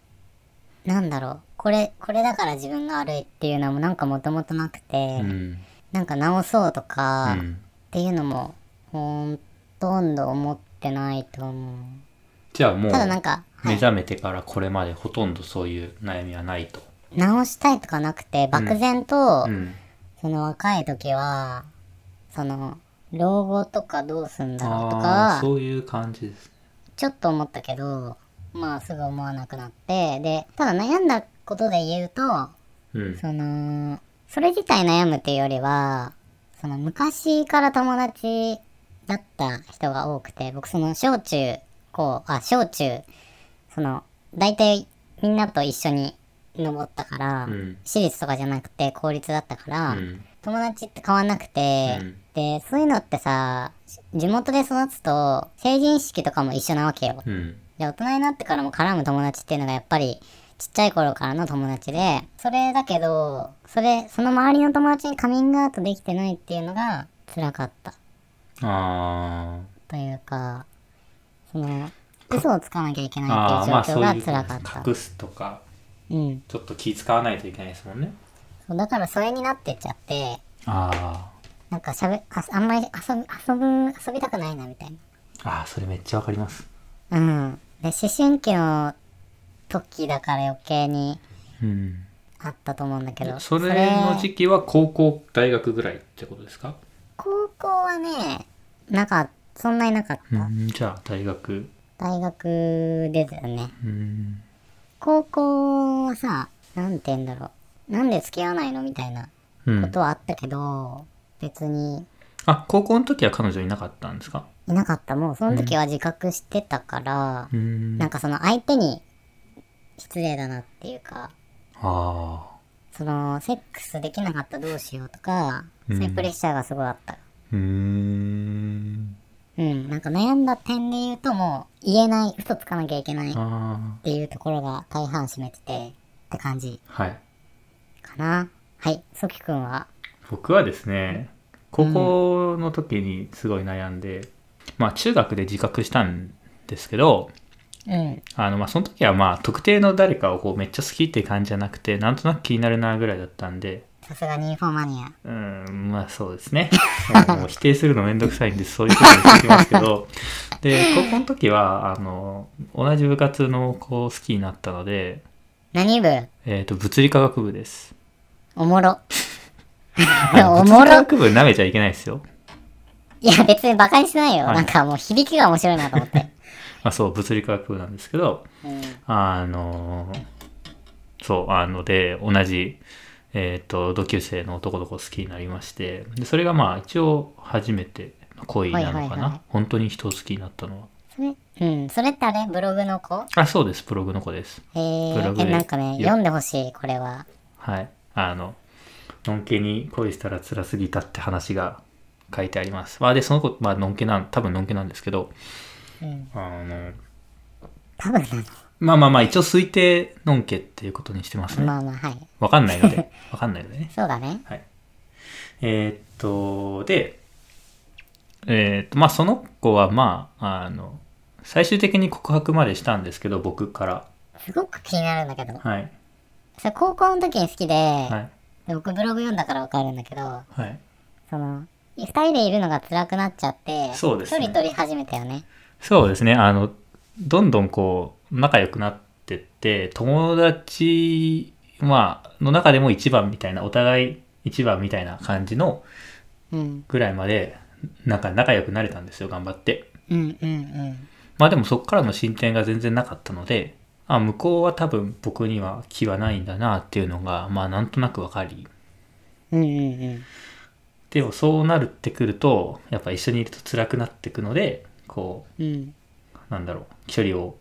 [SPEAKER 1] なんだろう。これ、これだから自分が悪いっていうのもなんかもともとなくて、
[SPEAKER 2] うん。
[SPEAKER 1] なんか直そうと
[SPEAKER 2] う
[SPEAKER 1] か
[SPEAKER 2] ん。
[SPEAKER 1] っていうのもほとんど思ってないと思
[SPEAKER 2] じゃあ、も
[SPEAKER 1] う。
[SPEAKER 2] う
[SPEAKER 1] た、だなんか、は
[SPEAKER 2] 目
[SPEAKER 1] い、
[SPEAKER 2] 覚めてからこれまでほとんどそういう悩みはないと。
[SPEAKER 1] 直したいとかなくて、漠然と、
[SPEAKER 2] うん。
[SPEAKER 1] その若い時は、その、老後とかどうすんだろうとか
[SPEAKER 2] ああ
[SPEAKER 1] は
[SPEAKER 2] そういう感じですね
[SPEAKER 1] ちょっと思ったけど、まあすぐ思わなくなって、で、ただ悩んだことで言うと、
[SPEAKER 2] うん
[SPEAKER 1] その、それ自体悩むっていうよりは、その昔から友達だった人が多くて、僕その小中、こう、あ、小中、その、大体みんなと一緒に登ったから、
[SPEAKER 2] うん
[SPEAKER 1] 私立とかじゃなくて公立だったから、
[SPEAKER 2] うん
[SPEAKER 1] 友達って変わんなくて、
[SPEAKER 2] うん
[SPEAKER 1] で、そういうのってさ、地元で育つと、成人式とかも一緒なわけよ。
[SPEAKER 2] うん
[SPEAKER 1] で、大人になってからも絡む友達っていうのがやっぱり、ちっちゃい頃からの友達で、それだけど、それ、その周りの友達にカミングアウトできてないっていうのが辛かった。
[SPEAKER 2] あ
[SPEAKER 1] というか、その、嘘をつかなきゃいけ
[SPEAKER 2] ー
[SPEAKER 1] ない
[SPEAKER 2] あ
[SPEAKER 1] っ
[SPEAKER 2] ー
[SPEAKER 1] てい
[SPEAKER 2] ま
[SPEAKER 1] う
[SPEAKER 2] あ
[SPEAKER 1] 状況
[SPEAKER 2] そう
[SPEAKER 1] が
[SPEAKER 2] いう
[SPEAKER 1] 辛かった。
[SPEAKER 2] 隠すとか
[SPEAKER 1] うん。
[SPEAKER 2] ちょっと気使わないといけないですもんね
[SPEAKER 1] そうだからそれになってっちゃって、
[SPEAKER 2] あ
[SPEAKER 1] なんかしゃべ、ああんまり遊び、遊ぶ、遊びたくないなみたいな。
[SPEAKER 2] ーあーそれめっちゃわかります
[SPEAKER 1] うん。で、思春期の時だから余計に
[SPEAKER 2] うん
[SPEAKER 1] あったと思うんだけど。
[SPEAKER 2] それの時期は高校大学ぐらいってことですか
[SPEAKER 1] 高校はね、なんか、そんなになかった。
[SPEAKER 2] うんじゃあ大学
[SPEAKER 1] 大学ですよね。
[SPEAKER 2] うん
[SPEAKER 1] 高校はさ、なんて言うんだろう。なんで付き合わないのみたいな
[SPEAKER 2] う
[SPEAKER 1] こ
[SPEAKER 2] ん
[SPEAKER 1] とはあったけど、別に
[SPEAKER 2] あ高校の時は彼女いなかったんですか
[SPEAKER 1] いなかった。もうその時は自覚してたから、
[SPEAKER 2] うん
[SPEAKER 1] なんかその相手に失礼だなっていうか、
[SPEAKER 2] ああ
[SPEAKER 1] その、セックスできなかったどうしようとか、
[SPEAKER 2] う
[SPEAKER 1] そ
[SPEAKER 2] ん
[SPEAKER 1] ういうプレッシャーがすごいあった。
[SPEAKER 2] うーん
[SPEAKER 1] うん、なんか悩んだ点で言うともう言えない、嘘つかなきゃいけないっ
[SPEAKER 2] あ
[SPEAKER 1] ていうところが大半占めててって感じ
[SPEAKER 2] あはい
[SPEAKER 1] かな。はい、ソキくんは
[SPEAKER 2] 僕はですね高校の時にすごい悩んで、まあ中学で自覚したんですけど
[SPEAKER 1] うん、
[SPEAKER 2] あのまあその時はまあ特定の誰かをこうめっちゃ好きっていう感じじゃなくてなんとなく気になるなぐらいだったんで
[SPEAKER 1] さすがニーフォマニア。
[SPEAKER 2] うーんまあそうです ねうんもう否定するのめんどくさいんでそういうことにしてきますけどで高校の時はあの同じ部活の子を好きになったので、
[SPEAKER 1] 何部
[SPEAKER 2] えー、と物理科学部です
[SPEAKER 1] おもろ。
[SPEAKER 2] 物
[SPEAKER 1] お
[SPEAKER 2] 理
[SPEAKER 1] も
[SPEAKER 2] 科
[SPEAKER 1] ろ。
[SPEAKER 2] 学部舐めちゃいけないですよ。
[SPEAKER 1] いや、別にバカにしてないよ。
[SPEAKER 2] はい
[SPEAKER 1] なんかもう響きが面白いなと思 って。
[SPEAKER 2] まあそう、物理科学部なんですけど、
[SPEAKER 1] うん、
[SPEAKER 2] あのーそう、あので、同じ、えっ、と、同級生の男の子を好きになりまして、でそれがまあ一応初めての恋なのかな、
[SPEAKER 1] はいはいはい
[SPEAKER 2] 本当に人を好きになったのは。
[SPEAKER 1] それ、うん、それってあれブログの子
[SPEAKER 2] あ、そうです、ブログの子です。
[SPEAKER 1] え
[SPEAKER 2] ブ
[SPEAKER 1] ー、
[SPEAKER 2] ログ
[SPEAKER 1] え、
[SPEAKER 2] で
[SPEAKER 1] なんかね、
[SPEAKER 2] いや
[SPEAKER 1] 読んでほしい、これは。
[SPEAKER 2] はい。あの、のんけに恋したら辛すぎたって話が書いてあります。まあで、その子、まあ、のんけなん、多分のんけなんですけど、
[SPEAKER 1] うん、
[SPEAKER 2] あの、
[SPEAKER 1] 多分な
[SPEAKER 2] まあまあまあ、一応推定のんけっていうことにしてます
[SPEAKER 1] の。
[SPEAKER 2] ね。
[SPEAKER 1] まあまあ、はい。
[SPEAKER 2] わかんないので。わかんないのでね。
[SPEAKER 1] そうだね。
[SPEAKER 2] はい。えーっと、で、えーっと、まあその子はまあ、あの、最終的に告白までしたんですけど、僕から。
[SPEAKER 1] すごく気になるんだけど。
[SPEAKER 2] はい。
[SPEAKER 1] それ高校の時に好きで、
[SPEAKER 2] はい。
[SPEAKER 1] で僕ブログ読んだからわかるんだけど、
[SPEAKER 2] はい。
[SPEAKER 1] その、二人でいるのが辛くなっちゃって、
[SPEAKER 2] そうですね
[SPEAKER 1] 距離取り始めたよね。
[SPEAKER 2] そうですね。あの、どんどんこう、仲良くなってって、友達、まあ、の中でも一番みたいな、お互い一番みたいな感じの
[SPEAKER 1] うん、
[SPEAKER 2] ぐらいまで、なんか仲良くなれたんですよ、頑張って。
[SPEAKER 1] うん、うん、うん。
[SPEAKER 2] まあでもそこからの進展が全然なかったので、あ、向こうは多分僕には気はないんだなっていうのが、まあなんとなくわかり。
[SPEAKER 1] うん、うん、うん。
[SPEAKER 2] でもそうなるってくると、やっぱ一緒にいると辛くなってくので、こ
[SPEAKER 1] うん、
[SPEAKER 2] う、なんだろう、距離を、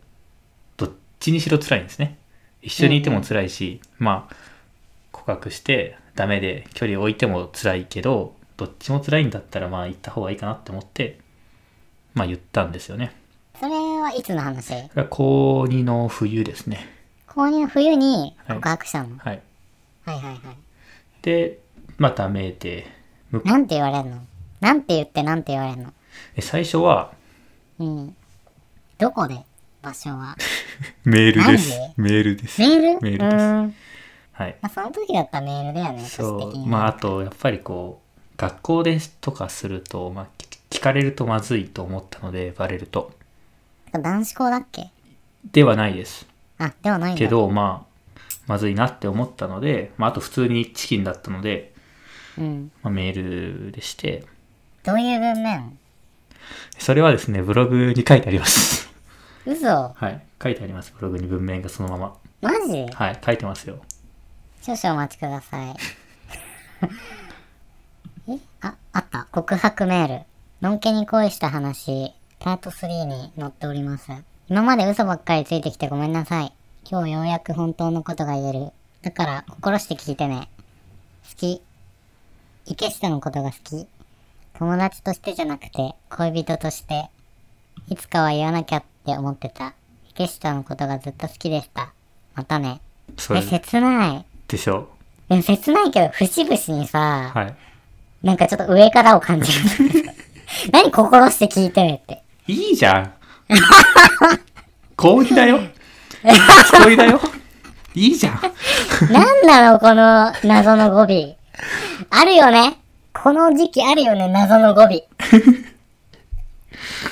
[SPEAKER 2] どっちにしろ辛いんですね。一緒にいても辛いし、まあ、告白してダメで距離を置いても辛いけど、どっちも辛いんだったらまあ行った方がいいかなって思って、まあ言ったんですよね。
[SPEAKER 1] それはいつの話
[SPEAKER 2] これは高2の冬ですね。
[SPEAKER 1] 購入冬に告白したの、
[SPEAKER 2] はい。
[SPEAKER 1] はい、はいはいは
[SPEAKER 2] で、まためいて、む
[SPEAKER 1] いなんて言われるのなんて言ってなんて言われるの
[SPEAKER 2] え最初は、
[SPEAKER 1] うん。どこで場所は。
[SPEAKER 2] メー
[SPEAKER 1] ルです
[SPEAKER 2] メールです
[SPEAKER 1] メール
[SPEAKER 2] メールです
[SPEAKER 1] うーん。
[SPEAKER 2] はい。
[SPEAKER 1] まあ、その時だったらメールだよね、私
[SPEAKER 2] そ
[SPEAKER 1] 的
[SPEAKER 2] う、
[SPEAKER 1] には。
[SPEAKER 2] まあ、あと、やっぱりこう、学校ですとかすると、まあ、き聞かれるとまずいと思ったので、バレると。
[SPEAKER 1] 男子校だっけ
[SPEAKER 2] ではないです。
[SPEAKER 1] あ、ではないんだ。
[SPEAKER 2] けど、まあ、まずいなって思ったので、まあ、あと普通にチキンだったので、
[SPEAKER 1] うん。
[SPEAKER 2] まあ、メールでして、
[SPEAKER 1] どういう文面
[SPEAKER 2] それはですね、ブログに書いてあります。
[SPEAKER 1] 嘘
[SPEAKER 2] はい。書いてあります。ブログに文面がそのまま。
[SPEAKER 1] マジ
[SPEAKER 2] はい。書いてますよ。
[SPEAKER 1] 少々お待ちください。 えあ、あった。告白メール。のんけに恋した話、パート3に載っております。今まで嘘ばっかりついてきてごめんなさい。今日ようやく本当のことが言える。だから、心して聞いてね。好き。池下のことが好き。友達としてじゃなくて、恋人として。いつかは言わなきゃって思ってた。池下のことがずっと好きでした。またね。
[SPEAKER 2] そ
[SPEAKER 1] え、
[SPEAKER 2] れ
[SPEAKER 1] 切ない。
[SPEAKER 2] でしょ
[SPEAKER 1] でも切ないけど、節々に
[SPEAKER 2] う。
[SPEAKER 1] さ、
[SPEAKER 2] はい。
[SPEAKER 1] なんかちょっと上からを感じる。 何心して聞いてるって。
[SPEAKER 2] いいじゃ ん。氷だよ。氷だよ。いいじゃん。
[SPEAKER 1] なんなのこの謎の語尾。あるよね。この時期あるよね、謎の語 尾。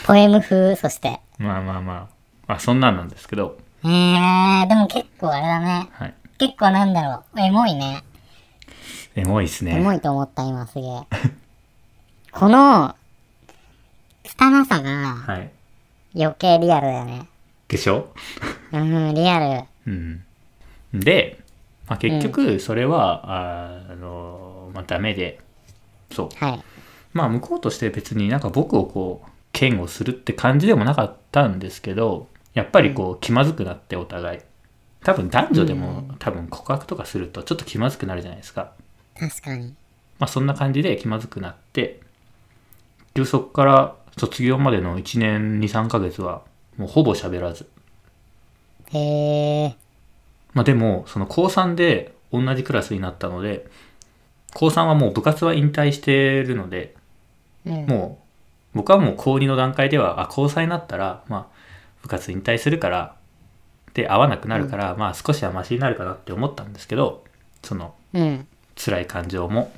[SPEAKER 1] ポエム風、そして。
[SPEAKER 2] まあまあまあ。まあそんなんなんですけど。
[SPEAKER 1] えー、でも結構あれだね。
[SPEAKER 2] はい。
[SPEAKER 1] 結構なんだろう。エモいね。
[SPEAKER 2] エモいです
[SPEAKER 1] エ
[SPEAKER 2] ね。
[SPEAKER 1] モいと思った、今すげえ。 この、拙さが
[SPEAKER 2] はい。
[SPEAKER 1] 余計リアルだよね。
[SPEAKER 2] でしょ
[SPEAKER 1] うん、リアル。
[SPEAKER 2] うん。で、まあ、結局それは、ああの、まあダメで。そう。
[SPEAKER 1] はい。
[SPEAKER 2] まあ向こうとして別になんか僕をこう嫌悪するって感じでもなかったんですけどやっぱりこう気まずくなってお互い多分男女でも多分告白とかするとちょっと気まずくなるじゃないですか、
[SPEAKER 1] 確かに。
[SPEAKER 2] まあ、そんな感じで気まずくなってでそこから卒業までの1年23ヶ月はもうほぼ喋らず、
[SPEAKER 1] へえ。
[SPEAKER 2] まあ、でもその高3で同じクラスになったので高3はもう部活は引退してるので
[SPEAKER 1] うん。
[SPEAKER 2] もう僕はもう高2の段階ではあ高3になったら、まあ、部活引退するからで会わなくなるから、まあ少しはマシになるかなって思ったんですけどその
[SPEAKER 1] うん。
[SPEAKER 2] 辛い感情も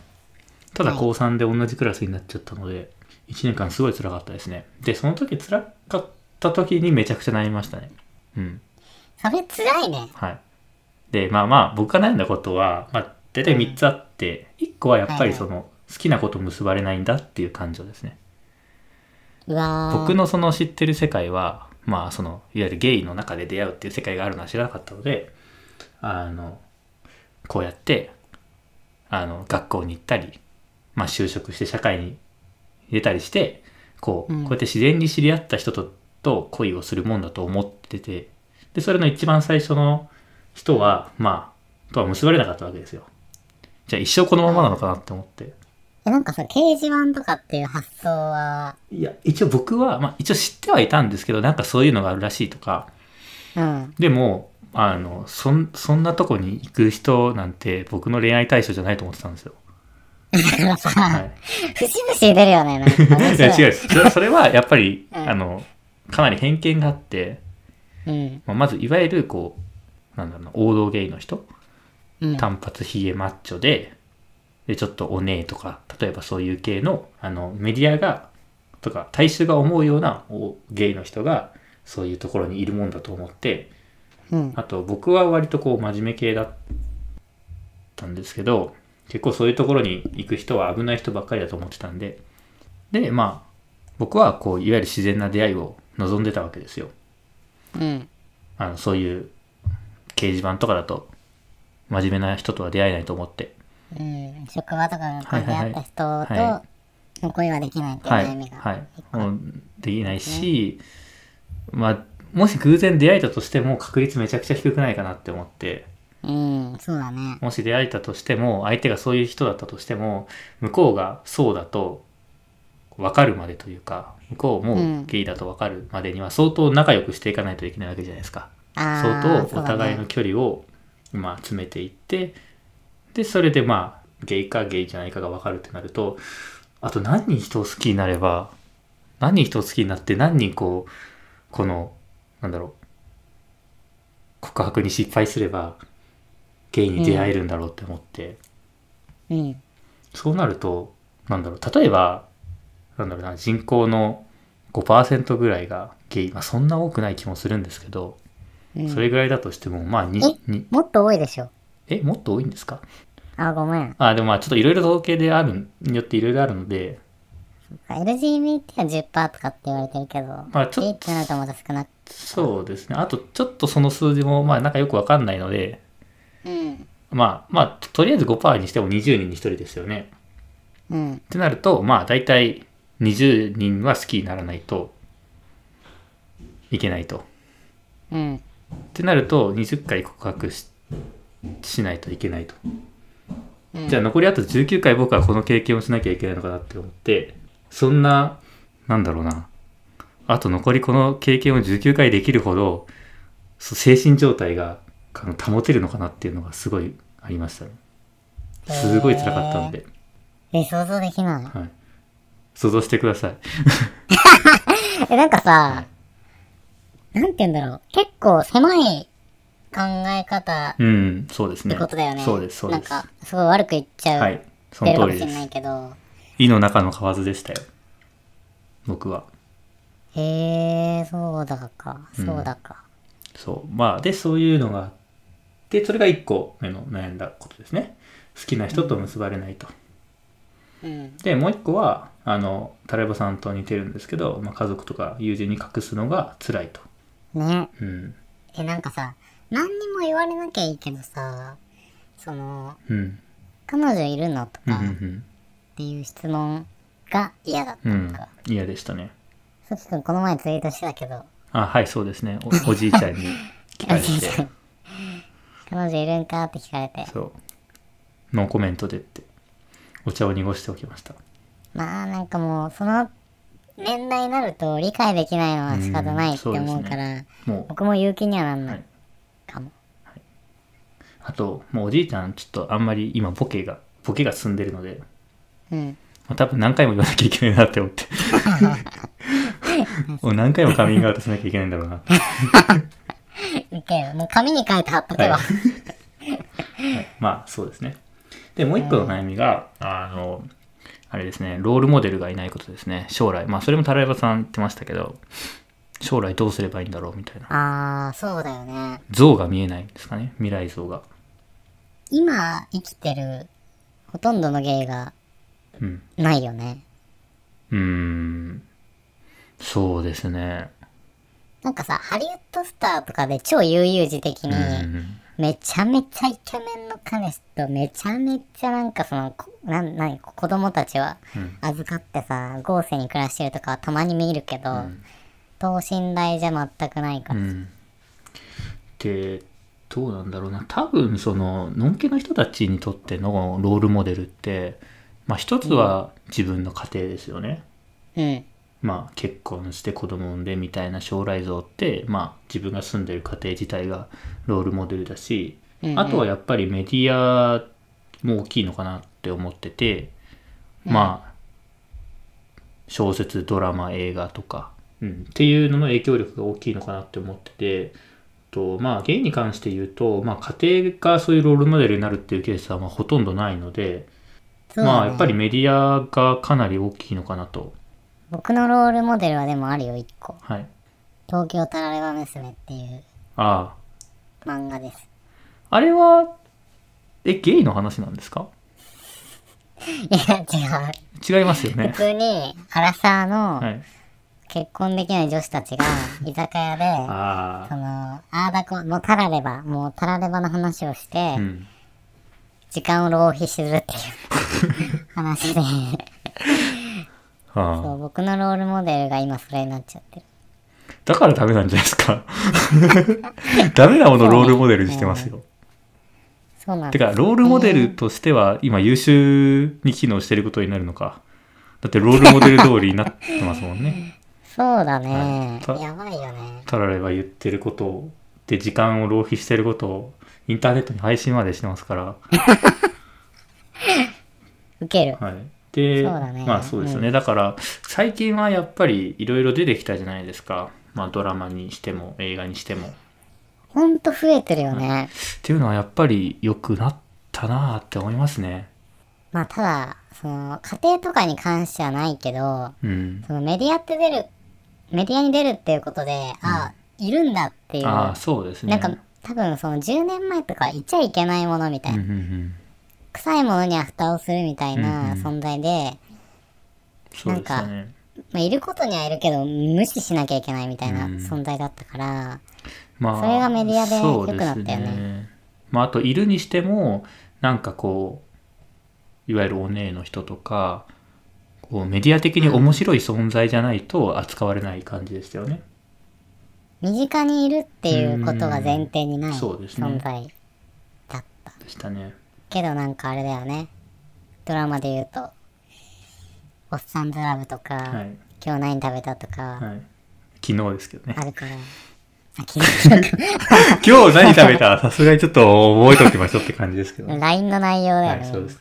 [SPEAKER 2] ただ
[SPEAKER 1] はい
[SPEAKER 2] 高3で同じクラスになっちゃったので、1年間すごい辛かったですねでその時辛かった時にめちゃくちゃ悩みましたねうん
[SPEAKER 1] それ辛いね。
[SPEAKER 2] はい。で、まあまあ、僕が悩んだことは、まあ、大体3つあって、1個はやっぱりその、好きな子と結ばれないんだっていう感情ですね。
[SPEAKER 1] うわー。
[SPEAKER 2] 僕のその知ってる世界は、まあ、その、いわゆるゲイの中で出会うっていう世界があるのは知らなかったので、あの、こうやって、あの、学校に行ったり、まあ、就職して社会に出たりして、こう、
[SPEAKER 1] うん
[SPEAKER 2] こうやって自然に知り合った人と、と恋をするもんだと思ってて、で、それの一番最初の人は、まあ、とは結ばれなかったわけですよ。じゃあ一生このままなのかなって思って。
[SPEAKER 1] え、なんかさ、掲示板とかっていう発想は、
[SPEAKER 2] いや、一応僕は、まあ一応知ってはいたんですけど、なんかそういうのがあるらしいとか、
[SPEAKER 1] うん。
[SPEAKER 2] でもあのそんそんなとこに行く人なんて僕の恋愛対象じゃないと思ってたんですよ。
[SPEAKER 1] だからさ、
[SPEAKER 2] はい、
[SPEAKER 1] 節々出るよね、なんか。面
[SPEAKER 2] いや
[SPEAKER 1] 白
[SPEAKER 2] 違うですそれそれはやっぱ り、
[SPEAKER 1] うん
[SPEAKER 2] あのかなり偏見があって、
[SPEAKER 1] うん。
[SPEAKER 2] まあ、まずいわゆるこうなんだろうな王道ゲイの人
[SPEAKER 1] うん。
[SPEAKER 2] 単発ヒゲマッチョででちょっとおねえとか例えばそういう系のあのメディアがとか大衆が思うようなおゲイの人がそういうところにいるもんだと思って
[SPEAKER 1] うん。
[SPEAKER 2] あと僕は割とこう真面目系だったんですけど結構そういうところに行く人は危ない人ばっかりだと思ってたんででまあ僕はこういわゆる自然な出会いを望んでたわけですよ
[SPEAKER 1] うん。
[SPEAKER 2] あのそういう掲示板とかだと真面目な人とは出会えないと思って
[SPEAKER 1] うん。職場とか学校で会った人と、
[SPEAKER 2] はいはいは
[SPEAKER 1] もう恋はできないっていう
[SPEAKER 2] はい
[SPEAKER 1] 悩みが。
[SPEAKER 2] はいもうできないし、まあもし偶然出会えたとしても確率めちゃくちゃ低くないかなって思って
[SPEAKER 1] うん、そうだね。
[SPEAKER 2] もし出会えたとしても相手がそういう人だったとしても向こうがそうだと分かるまでというか向こうもゲイだと分かるまでには相当仲良くしていかないといけないわけじゃないですか。
[SPEAKER 1] あ
[SPEAKER 2] 相
[SPEAKER 1] ー
[SPEAKER 2] 当お互いの距離をまあ詰めていってでそれでまあゲイかゲイじゃないかが分かるってなるとあと何人人を好きになれば何人人を好きになって何人こうこのなんだろう告白に失敗すればゲイに出会えるんだろうって思って、
[SPEAKER 1] そうだね。
[SPEAKER 2] そうなるとなんだろう例えばなんだろうな人口の5%ぐらいがゲイ、まあ、そんな多くない気もするんですけど、
[SPEAKER 1] うん。
[SPEAKER 2] それぐらいだとしても、まあ、に、に、
[SPEAKER 1] もっと多いでしょ。
[SPEAKER 2] え、もっと多いんですか
[SPEAKER 1] あ、ごめん。
[SPEAKER 2] あ、でもまあ、ちょっといろいろ統計である、によっていろいろあるので、
[SPEAKER 1] LGBT は10%とかって言われてるけど、
[SPEAKER 2] まあちょ
[SPEAKER 1] ゲイってなるとまた少なく、
[SPEAKER 2] そうですね。あと、ちょっとその数字も、まあ、なんかよくわかんないので、
[SPEAKER 1] うん、
[SPEAKER 2] まあ、まあ、とりあえず5%にしても20人に1人ですよね。
[SPEAKER 1] うん、
[SPEAKER 2] ってなると、まあ、大体20人は好きにならないといけないと。
[SPEAKER 1] うん、
[SPEAKER 2] ってなると20回告白ししないといけないと、じゃあ残りあと19回僕はこの経験をしなきゃいけないのかなって思ってそんななんだろうなあと残りこの経験を19回できるほどそう精神状態があの保てるのかなっていうのがすごいありましたねすごい辛かったんで、
[SPEAKER 1] え、想像できない。
[SPEAKER 2] はい、想像してください
[SPEAKER 1] え、なんかさ、なんて言うんだろう。結構狭い考え方っ
[SPEAKER 2] うんそうですね
[SPEAKER 1] てことだよね。
[SPEAKER 2] そうですそうです
[SPEAKER 1] なんか、すごい悪く言っちゃ
[SPEAKER 2] は
[SPEAKER 1] う。
[SPEAKER 2] いそ
[SPEAKER 1] て
[SPEAKER 2] の
[SPEAKER 1] るかもし
[SPEAKER 2] 通りで
[SPEAKER 1] れ
[SPEAKER 2] す
[SPEAKER 1] ないけど。
[SPEAKER 2] 胃の中の蛙でしたよ僕は
[SPEAKER 1] へえ、そうだか。そうだか。
[SPEAKER 2] そうまあでそういうのがあってそれが1個目の悩んだことですね好きな人と結ばれないと、
[SPEAKER 1] うん。
[SPEAKER 2] でもう1個はあのタレバさんと似てるんですけど、まあ、家族とか友人に隠すのが辛いと
[SPEAKER 1] ね。
[SPEAKER 2] うん
[SPEAKER 1] え、なんかさ、何にも言われなきゃいいけどさ、その、
[SPEAKER 2] うん
[SPEAKER 1] 彼女いるのと
[SPEAKER 2] うん
[SPEAKER 1] かっていう質問が嫌だった
[SPEAKER 2] うんう
[SPEAKER 1] の
[SPEAKER 2] ん
[SPEAKER 1] か。
[SPEAKER 2] 嫌でしたね
[SPEAKER 1] さきくんこの前ツイートしてたけど、
[SPEAKER 2] あはいそうですねおおじいちゃんに聞かれ
[SPEAKER 1] おじいちゃ
[SPEAKER 2] て
[SPEAKER 1] 彼女いるんかって聞かれて。
[SPEAKER 2] そうノーコメントでってお茶を濁しておきました
[SPEAKER 1] まあなんかもうその年代になると理解できないのは仕方ないって
[SPEAKER 2] うんそ
[SPEAKER 1] 思
[SPEAKER 2] う
[SPEAKER 1] う
[SPEAKER 2] ですね
[SPEAKER 1] から、
[SPEAKER 2] もう
[SPEAKER 1] 僕も勇気にはなんな
[SPEAKER 2] はい
[SPEAKER 1] いかも、
[SPEAKER 2] あともうおじいちゃんちょっとあんまり今ボケがボケが進んでるので
[SPEAKER 1] うん
[SPEAKER 2] まあ多分何回も言わなきゃいけないなって思って。もう何回もカミングアウトしなきゃいけないんだろうな。
[SPEAKER 1] いけるもう紙に書いて貼っとけば、
[SPEAKER 2] はいまあそうですね。で、もう一個の悩みが、あの、あれですね、ロールモデルがいないことですね。将来。まあそれもタラヤバさん言ってましたけど、将来どうすればいいんだろうみたいな。
[SPEAKER 1] ああそうだよね
[SPEAKER 2] 像が見えないんですかね。未来像が。
[SPEAKER 1] 今生きてるほとんどの芸が
[SPEAKER 2] うん。
[SPEAKER 1] ないよね
[SPEAKER 2] うーん。そうですね。
[SPEAKER 1] なんかさハリウッドスターとかで超悠々自適に、
[SPEAKER 2] うん。
[SPEAKER 1] めちゃめちゃイケメンの彼氏とめちゃめちゃなんかそのこなんなん子供たちは預かってさ、豪勢に暮らしてるとかはたまに見るけど、等身大じゃ全くないから、
[SPEAKER 2] うん、でどうなんだろうな多分そののんけの人たちにとってのロールモデルって、まあ、一つは自分の家庭ですよね、
[SPEAKER 1] うん
[SPEAKER 2] まあ、結婚して子供産んでみたいな将来像って、まあ、自分が住んでる家庭自体がロールモデルだし、
[SPEAKER 1] うんうん
[SPEAKER 2] あとはやっぱりメディアも大きいのかなって思ってて、まあ小説ドラマ映画とか、うん、っていうのの影響力が大きいのかなって思ってて。とまあ、ゲイに関して言うと、まあ、家庭がそういうロールモデルになるっていうケースはまあほとんどないので、
[SPEAKER 1] そうだね
[SPEAKER 2] まあやっぱりメディアがかなり大きいのかなと、
[SPEAKER 1] 僕のロールモデルはでもあるよ一個
[SPEAKER 2] はい、
[SPEAKER 1] 「東京タラレバ娘」っていう
[SPEAKER 2] ああ
[SPEAKER 1] 漫画です
[SPEAKER 2] あれは、え、ゲイの話なんですか
[SPEAKER 1] いや違う
[SPEAKER 2] 違いますよね
[SPEAKER 1] 普。通にアラサー
[SPEAKER 2] は
[SPEAKER 1] の
[SPEAKER 2] い。
[SPEAKER 1] 結婚できない女子たち が居酒屋で、
[SPEAKER 2] あ
[SPEAKER 1] そのああだこうもうタラレバもうタラレバの話をして、
[SPEAKER 2] あ。うん。
[SPEAKER 1] 時間を浪費するっていう話でそ
[SPEAKER 2] ああ。
[SPEAKER 1] う僕のロールモデルが今それになっちゃってる
[SPEAKER 2] だからダメなんじゃないですか。 ダメなものをロールモデルにしてますよ。
[SPEAKER 1] そうなん
[SPEAKER 2] て
[SPEAKER 1] だ
[SPEAKER 2] か、ロールモデルとしては、今優秀に機能してることになるのか。だって、ロールモデル通りになってますも んね。
[SPEAKER 1] そうだね、
[SPEAKER 2] はい
[SPEAKER 1] やばいよね
[SPEAKER 2] タラレは言ってることを、で、時間を浪費してることを、インターネットに配信までしてますから。
[SPEAKER 1] ウケる
[SPEAKER 2] はい、で、
[SPEAKER 1] そうだね
[SPEAKER 2] まあそうですよね、だから最近はやっぱりいろいろ出てきたじゃないですか、まあ、ドラマにしても映画にしてもっ
[SPEAKER 1] ほんと増えてるよね
[SPEAKER 2] ていうのはやっぱり良くなったなあって思いますね
[SPEAKER 1] まあただその家庭とかに関してはないけど
[SPEAKER 2] うん
[SPEAKER 1] そのメディアって出るメディアに出るっていうことで、あいるんだっていう
[SPEAKER 2] ああ
[SPEAKER 1] な
[SPEAKER 2] そうですね
[SPEAKER 1] んか多分その10年前とかいちゃいけないものみたいな
[SPEAKER 2] うんうんうん
[SPEAKER 1] 臭いものには蓋をするみたいな
[SPEAKER 2] うんうん
[SPEAKER 1] 存在で、
[SPEAKER 2] そうですよね。
[SPEAKER 1] まあ、いることにはいるけど無視しなきゃいけないみたいな存在だったから、
[SPEAKER 2] まあ、
[SPEAKER 1] それがメディアで
[SPEAKER 2] そうす
[SPEAKER 1] 良くなったよね
[SPEAKER 2] まあ、あと、いるにしても、なんかこう、いわゆるお姉の人とか、こうメディア的に面白い存在じゃないと扱われない感じですよね。
[SPEAKER 1] 身近にいるっていうことが前提にない
[SPEAKER 2] うんそうですね
[SPEAKER 1] 存在だった、
[SPEAKER 2] でしたね。
[SPEAKER 1] けどなんかあれだよねドラマで言うと「おっさんずラブ」とか、
[SPEAKER 2] はい。
[SPEAKER 1] 今日何食べた」とか
[SPEAKER 2] はい。昨日ですけどね。
[SPEAKER 1] あるから、あ昨日
[SPEAKER 2] 今日何食 べたさすがにちょっと覚えておきましょうって感じですけどね。
[SPEAKER 1] LINE の内容だよ
[SPEAKER 2] はい、
[SPEAKER 1] ね、
[SPEAKER 2] そうです。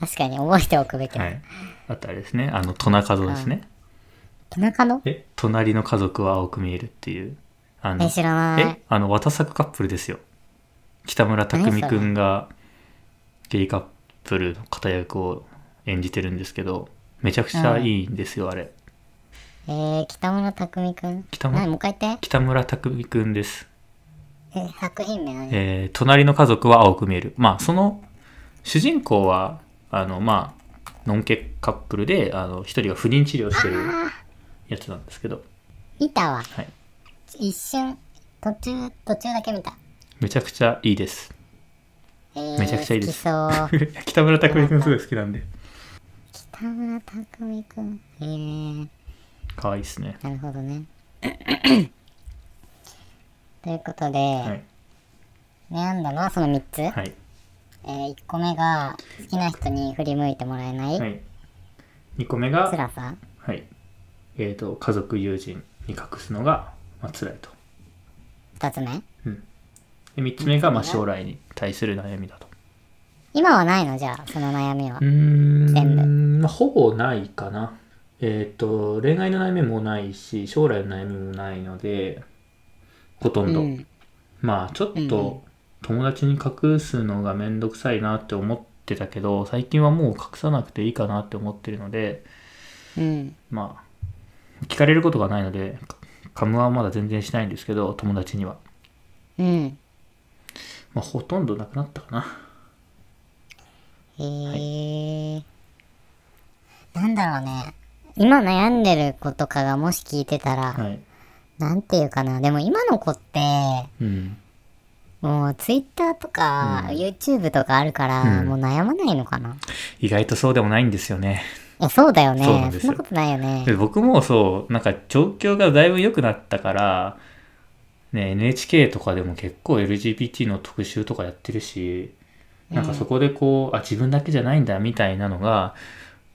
[SPEAKER 1] 確かに覚えておくべきだ、
[SPEAKER 2] はい。あとあれですね、あの、トナカゾですね。
[SPEAKER 1] 田中の
[SPEAKER 2] え、隣の家族は青く見えるっていう。あの
[SPEAKER 1] え知らない
[SPEAKER 2] え、あの、綿作カップルですよ。北村匠海くんがゲイカップルの片役を演じてるんですけど、めちゃくちゃいいんですよ、あれ。
[SPEAKER 1] えー、北村匠海くん
[SPEAKER 2] 北村
[SPEAKER 1] 何もう一回言って
[SPEAKER 2] 北村匠海くんです。
[SPEAKER 1] え作品名何
[SPEAKER 2] えー隣の家族は青く見える。まあ、その、主人公は、あの、まあ、ノンケカップルで、あの、一人が不妊治療してるやつなんですけど、
[SPEAKER 1] 見たわ
[SPEAKER 2] はい。
[SPEAKER 1] 一瞬途中途中だけ見た、
[SPEAKER 2] めちゃくちゃいいです。
[SPEAKER 1] えー、
[SPEAKER 2] めちゃくちゃいいです
[SPEAKER 1] 好きそう
[SPEAKER 2] 北村匠海くんすごい好きなんで。
[SPEAKER 1] 北村匠海くんえー、
[SPEAKER 2] 可愛いですね。
[SPEAKER 1] なるほど ねということで、
[SPEAKER 2] はい。
[SPEAKER 1] 悩んだのはその3つ、
[SPEAKER 2] はい。
[SPEAKER 1] えー、1個目が好きな人に振り向いてもらえない、
[SPEAKER 2] はい。2個目が、
[SPEAKER 1] 辛さ
[SPEAKER 2] はい。えっ、と、家族、友人に隠すのが、まあ、辛いと。
[SPEAKER 1] 2つ目
[SPEAKER 2] で、3つ目が、まあ、将来に対する悩みだと。
[SPEAKER 1] 今はないのじゃあその悩みは
[SPEAKER 2] うー
[SPEAKER 1] 全部
[SPEAKER 2] ん、まあ、ほぼないかな。えっ、と、恋愛の悩みもないし、将来の悩みもないので、ほとんど。
[SPEAKER 1] うん
[SPEAKER 2] まあちょっと友達に隠すのがめんどくさいなって思ってたけど最近はもう隠さなくていいかなって思ってるので
[SPEAKER 1] うん
[SPEAKER 2] まあ聞かれることがないのでかカムはまだ全然しないんですけど友達には、
[SPEAKER 1] うん
[SPEAKER 2] まあ、ほとんどなくなったかな
[SPEAKER 1] へえなんだろうね今悩んでる子とかがもし聞いてたら、
[SPEAKER 2] はい
[SPEAKER 1] なんていうかなでも今の子って
[SPEAKER 2] うん
[SPEAKER 1] もう Twitter とか YouTube とかあるから、
[SPEAKER 2] うん
[SPEAKER 1] もう悩まないのかな
[SPEAKER 2] 意外とそうでもないんですよね
[SPEAKER 1] えそうだよね
[SPEAKER 2] そうなんですよ
[SPEAKER 1] なことないよね
[SPEAKER 2] で僕もそうなんか状況がだいぶ良くなったから、ね、NHK とかでも結構 LGBT の特集とかやってるしなんかそこでこう、あ自分だけじゃないんだみたいなのが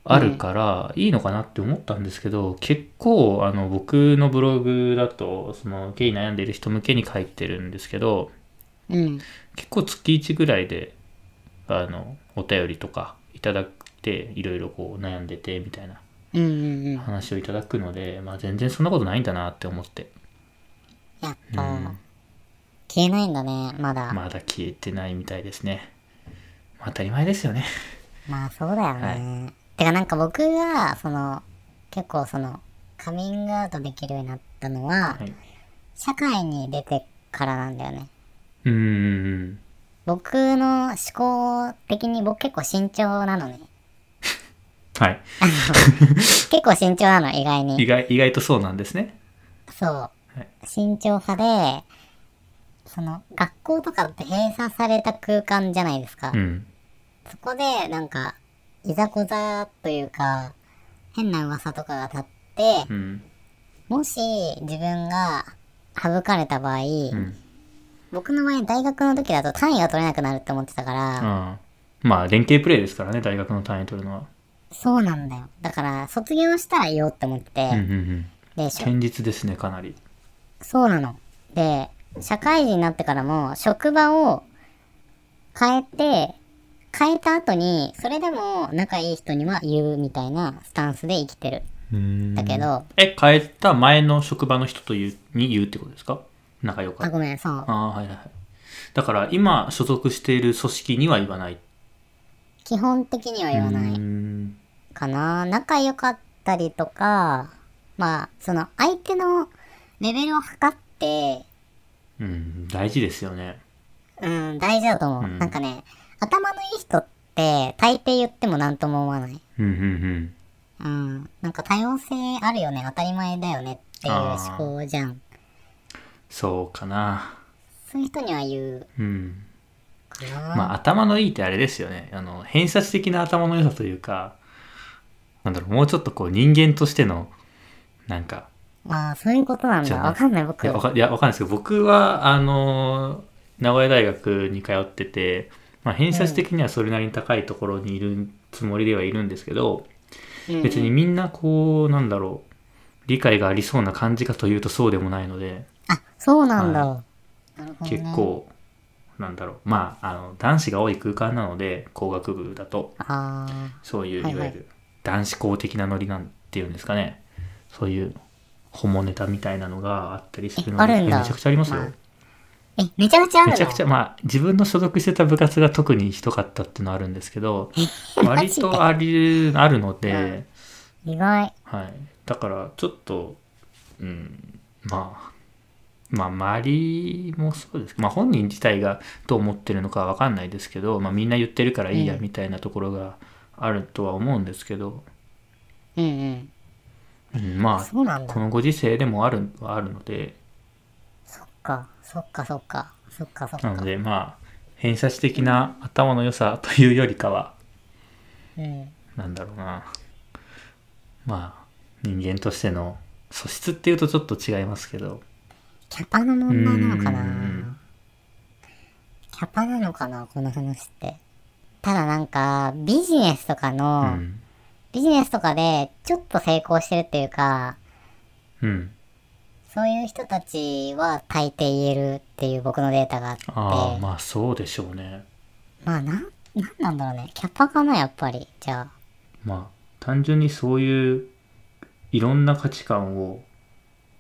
[SPEAKER 2] あるから、いいのかなって思ったんですけど結構あの僕のブログだとそのゲイ悩んでる人向けに書いてるんですけど
[SPEAKER 1] うん
[SPEAKER 2] 結構月1ぐらいであのお便りとかいただいていろいろこう悩んでてみたいな
[SPEAKER 1] うんうんうん
[SPEAKER 2] 話をいただくので、まあ、全然そんなことないんだなって思って
[SPEAKER 1] やっぱ、消えないんだねまだ、ま
[SPEAKER 2] まだ消えてないみたいですね、まあ、当たり前ですよね
[SPEAKER 1] あそうだよね、てかなんか僕がその結構そのカミングアウトできるようになったのは、
[SPEAKER 2] はい
[SPEAKER 1] 社会に出てからなんだよね
[SPEAKER 2] うーん
[SPEAKER 1] 僕の思考的に僕結構慎重なのね
[SPEAKER 2] はい
[SPEAKER 1] 結構慎重なの意外に
[SPEAKER 2] 意外意外とそうなんですね
[SPEAKER 1] そう、慎重派でその学校とかって閉鎖された空間じゃないですか、
[SPEAKER 2] うん
[SPEAKER 1] そこでなんかいざこざというか変な噂とかが立って、
[SPEAKER 2] うん
[SPEAKER 1] もし自分が省かれた場合、
[SPEAKER 2] ん
[SPEAKER 1] 僕の場合大学の時だと単位が取れなくなるって思ってたから、
[SPEAKER 2] ああまあ連携プレーですからね大学の単位取るのは、
[SPEAKER 1] そうなんだよだから卒業したらいいよって思ってて、
[SPEAKER 2] うんうんうん
[SPEAKER 1] でしょ
[SPEAKER 2] 堅実ですねかなり
[SPEAKER 1] そうなの。で、社会人になってからも職場を変えて、変えた後に、それでも仲いい人には言うみたいなスタンスで生きてる。だけど、
[SPEAKER 2] え変えた前の職場の人というに言うってことですか仲良か
[SPEAKER 1] あ、
[SPEAKER 2] った
[SPEAKER 1] ごめん、そう。
[SPEAKER 2] ああはいはいはいだから今所属している組織には言わない
[SPEAKER 1] 基本的には言わな
[SPEAKER 2] うー
[SPEAKER 1] い
[SPEAKER 2] ん
[SPEAKER 1] かな。仲良かったりとか、まあ、その相手のレベルを測って、
[SPEAKER 2] うん大事ですよね
[SPEAKER 1] うん、大事だと思う。
[SPEAKER 2] うん
[SPEAKER 1] なんかね、頭のいい人って大抵言っても何とも思わない。
[SPEAKER 2] うんうん
[SPEAKER 1] うん。なんか多様性あるよね、当たり前だよねっていう思考じゃん。
[SPEAKER 2] そうかな。
[SPEAKER 1] そういう人には言う
[SPEAKER 2] うん。
[SPEAKER 1] かな。
[SPEAKER 2] まあ、頭のいいってあれですよね。あの、偏差値的な頭の良さというか、なんだろう、もうちょっとこう人間としての、なんか、
[SPEAKER 1] ああ、そういうことなん
[SPEAKER 2] じ
[SPEAKER 1] だ。
[SPEAKER 2] ゃあ
[SPEAKER 1] わかんない、僕。
[SPEAKER 2] いや、わかいやわかんないですけど、僕は、あの、名古屋大学に通ってて、まあ、偏差値的にはそれなりに高いところにいるつもりではいるんですけど、
[SPEAKER 1] うん
[SPEAKER 2] 別にみんなこう、なんだろう、理解がありそうな感じかというとそうでもないので、
[SPEAKER 1] あ、そうなんだ。
[SPEAKER 2] は
[SPEAKER 1] なるほどね
[SPEAKER 2] 結。構、なんだろう、まあ、あの、男子が多い空間なので、工学部だと、
[SPEAKER 1] あ
[SPEAKER 2] そういう、い
[SPEAKER 1] は
[SPEAKER 2] わ
[SPEAKER 1] い
[SPEAKER 2] ゆ
[SPEAKER 1] はい
[SPEAKER 2] る男子校的なノリなんていうんですかね、そういう、ホモネタみたいなのがあったりするの
[SPEAKER 1] えあ
[SPEAKER 2] で、
[SPEAKER 1] るん
[SPEAKER 2] め
[SPEAKER 1] だ
[SPEAKER 2] ちゃくちゃあります
[SPEAKER 1] ま
[SPEAKER 2] よ。
[SPEAKER 1] ああ。え、めちゃくちゃあるの
[SPEAKER 2] めちゃくちゃ、まあ、自分の所属してた部活が特にひどかったっていうのはあるんですけど、割とあり、あるので、
[SPEAKER 1] 意外。
[SPEAKER 2] はい。だから、ちょっと、うん、まあ、まあ、周りもそうですけど、まあ、本人自体がどう思ってるのかはわかんないですけど、まあ、みんな言ってるからいいや、
[SPEAKER 1] うん
[SPEAKER 2] みたいなところがあるとは思うんですけど、
[SPEAKER 1] うんうん。
[SPEAKER 2] うん、ま
[SPEAKER 1] そうなん
[SPEAKER 2] あ、こ
[SPEAKER 1] だ。
[SPEAKER 2] のご時世でもある、はあるので、
[SPEAKER 1] そっか。そっかそっか。そっかそっ
[SPEAKER 2] な
[SPEAKER 1] か
[SPEAKER 2] の。で、まあ、偏差値的な頭の良さというよりかは、
[SPEAKER 1] うん。
[SPEAKER 2] なんだろうな。まあ、人間としての素質っていうとちょっと違いますけど。
[SPEAKER 1] キャパの問題なのか
[SPEAKER 2] う
[SPEAKER 1] なんキャパなのかなこの話って。ただなんか、ビジネスとか
[SPEAKER 2] う
[SPEAKER 1] の、
[SPEAKER 2] ん。
[SPEAKER 1] ビジネスとかでちょっと成功してるっていうか、
[SPEAKER 2] うん。
[SPEAKER 1] そういう人たちは大抵言えるっていう僕のデータがあって。
[SPEAKER 2] ああ、まあそうでしょうね。
[SPEAKER 1] まあなん、なんなんだろうね。キャパかな、やっぱり。じゃあ。
[SPEAKER 2] まあ、単純にそういういろんな価値観を、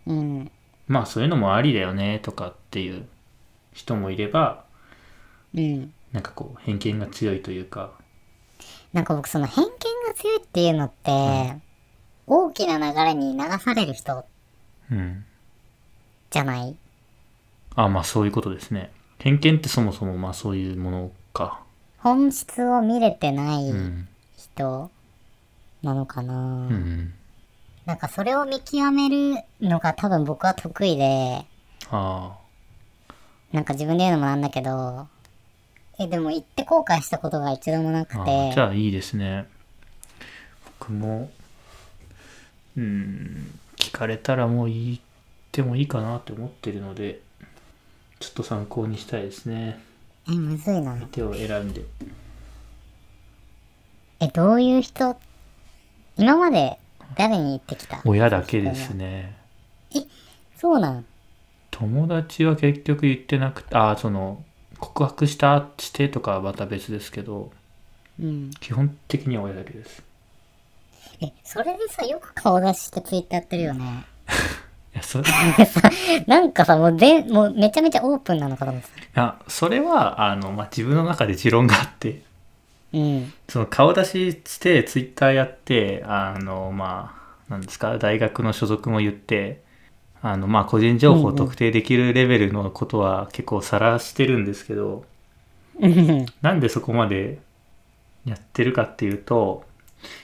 [SPEAKER 1] うん。
[SPEAKER 2] まあそういうのもありだよねとかっていう人もいれば、
[SPEAKER 1] うん。
[SPEAKER 2] なんかこう偏見が強いというか、
[SPEAKER 1] なんか僕、その偏見が強いっていうのって、大きな流れに流される人
[SPEAKER 2] うん。
[SPEAKER 1] じゃない
[SPEAKER 2] ああ、まあそういうことですね。偏見ってそもそもまあそういうものか。
[SPEAKER 1] 本質を見れてない
[SPEAKER 2] うん。
[SPEAKER 1] 人なのかな、
[SPEAKER 2] うん。
[SPEAKER 1] なんかそれを見極めるのが多分僕は得意で、
[SPEAKER 2] ああ。
[SPEAKER 1] なんか自分で言うのもなんだけど、え、でも行って後悔したことが一度もなく
[SPEAKER 2] あーじ
[SPEAKER 1] て、
[SPEAKER 2] ゃあいいですね僕もうん聞かれたらもう言ってもいいかなって思ってるのでちょっと参考にしたいですね
[SPEAKER 1] え、むずいな。
[SPEAKER 2] 手を選んで
[SPEAKER 1] え、どういう人、今まで誰に言ってきた
[SPEAKER 2] 親だけですね
[SPEAKER 1] そうなん。
[SPEAKER 2] 友達は結局言ってなくてああその告白したしてとかはまた別ですけど
[SPEAKER 1] うん。
[SPEAKER 2] 基本的には親だけです
[SPEAKER 1] え、それでさ、よく顔出ししてツイッターやってるよね。
[SPEAKER 2] いやそ い
[SPEAKER 1] なんかさ、もう全、もうめちゃめちゃオープンなのかと思ってた。
[SPEAKER 2] やそれはあの、まあ、自分の中で持論があって
[SPEAKER 1] うん。
[SPEAKER 2] その顔出ししてツイッターやってあのまあなんですか大学の所属も言ってあのまあ個人情報を特定できるレベルのことは結構さらしてるんですけど、
[SPEAKER 1] うん。
[SPEAKER 2] なんでそこまでやってるかっていうと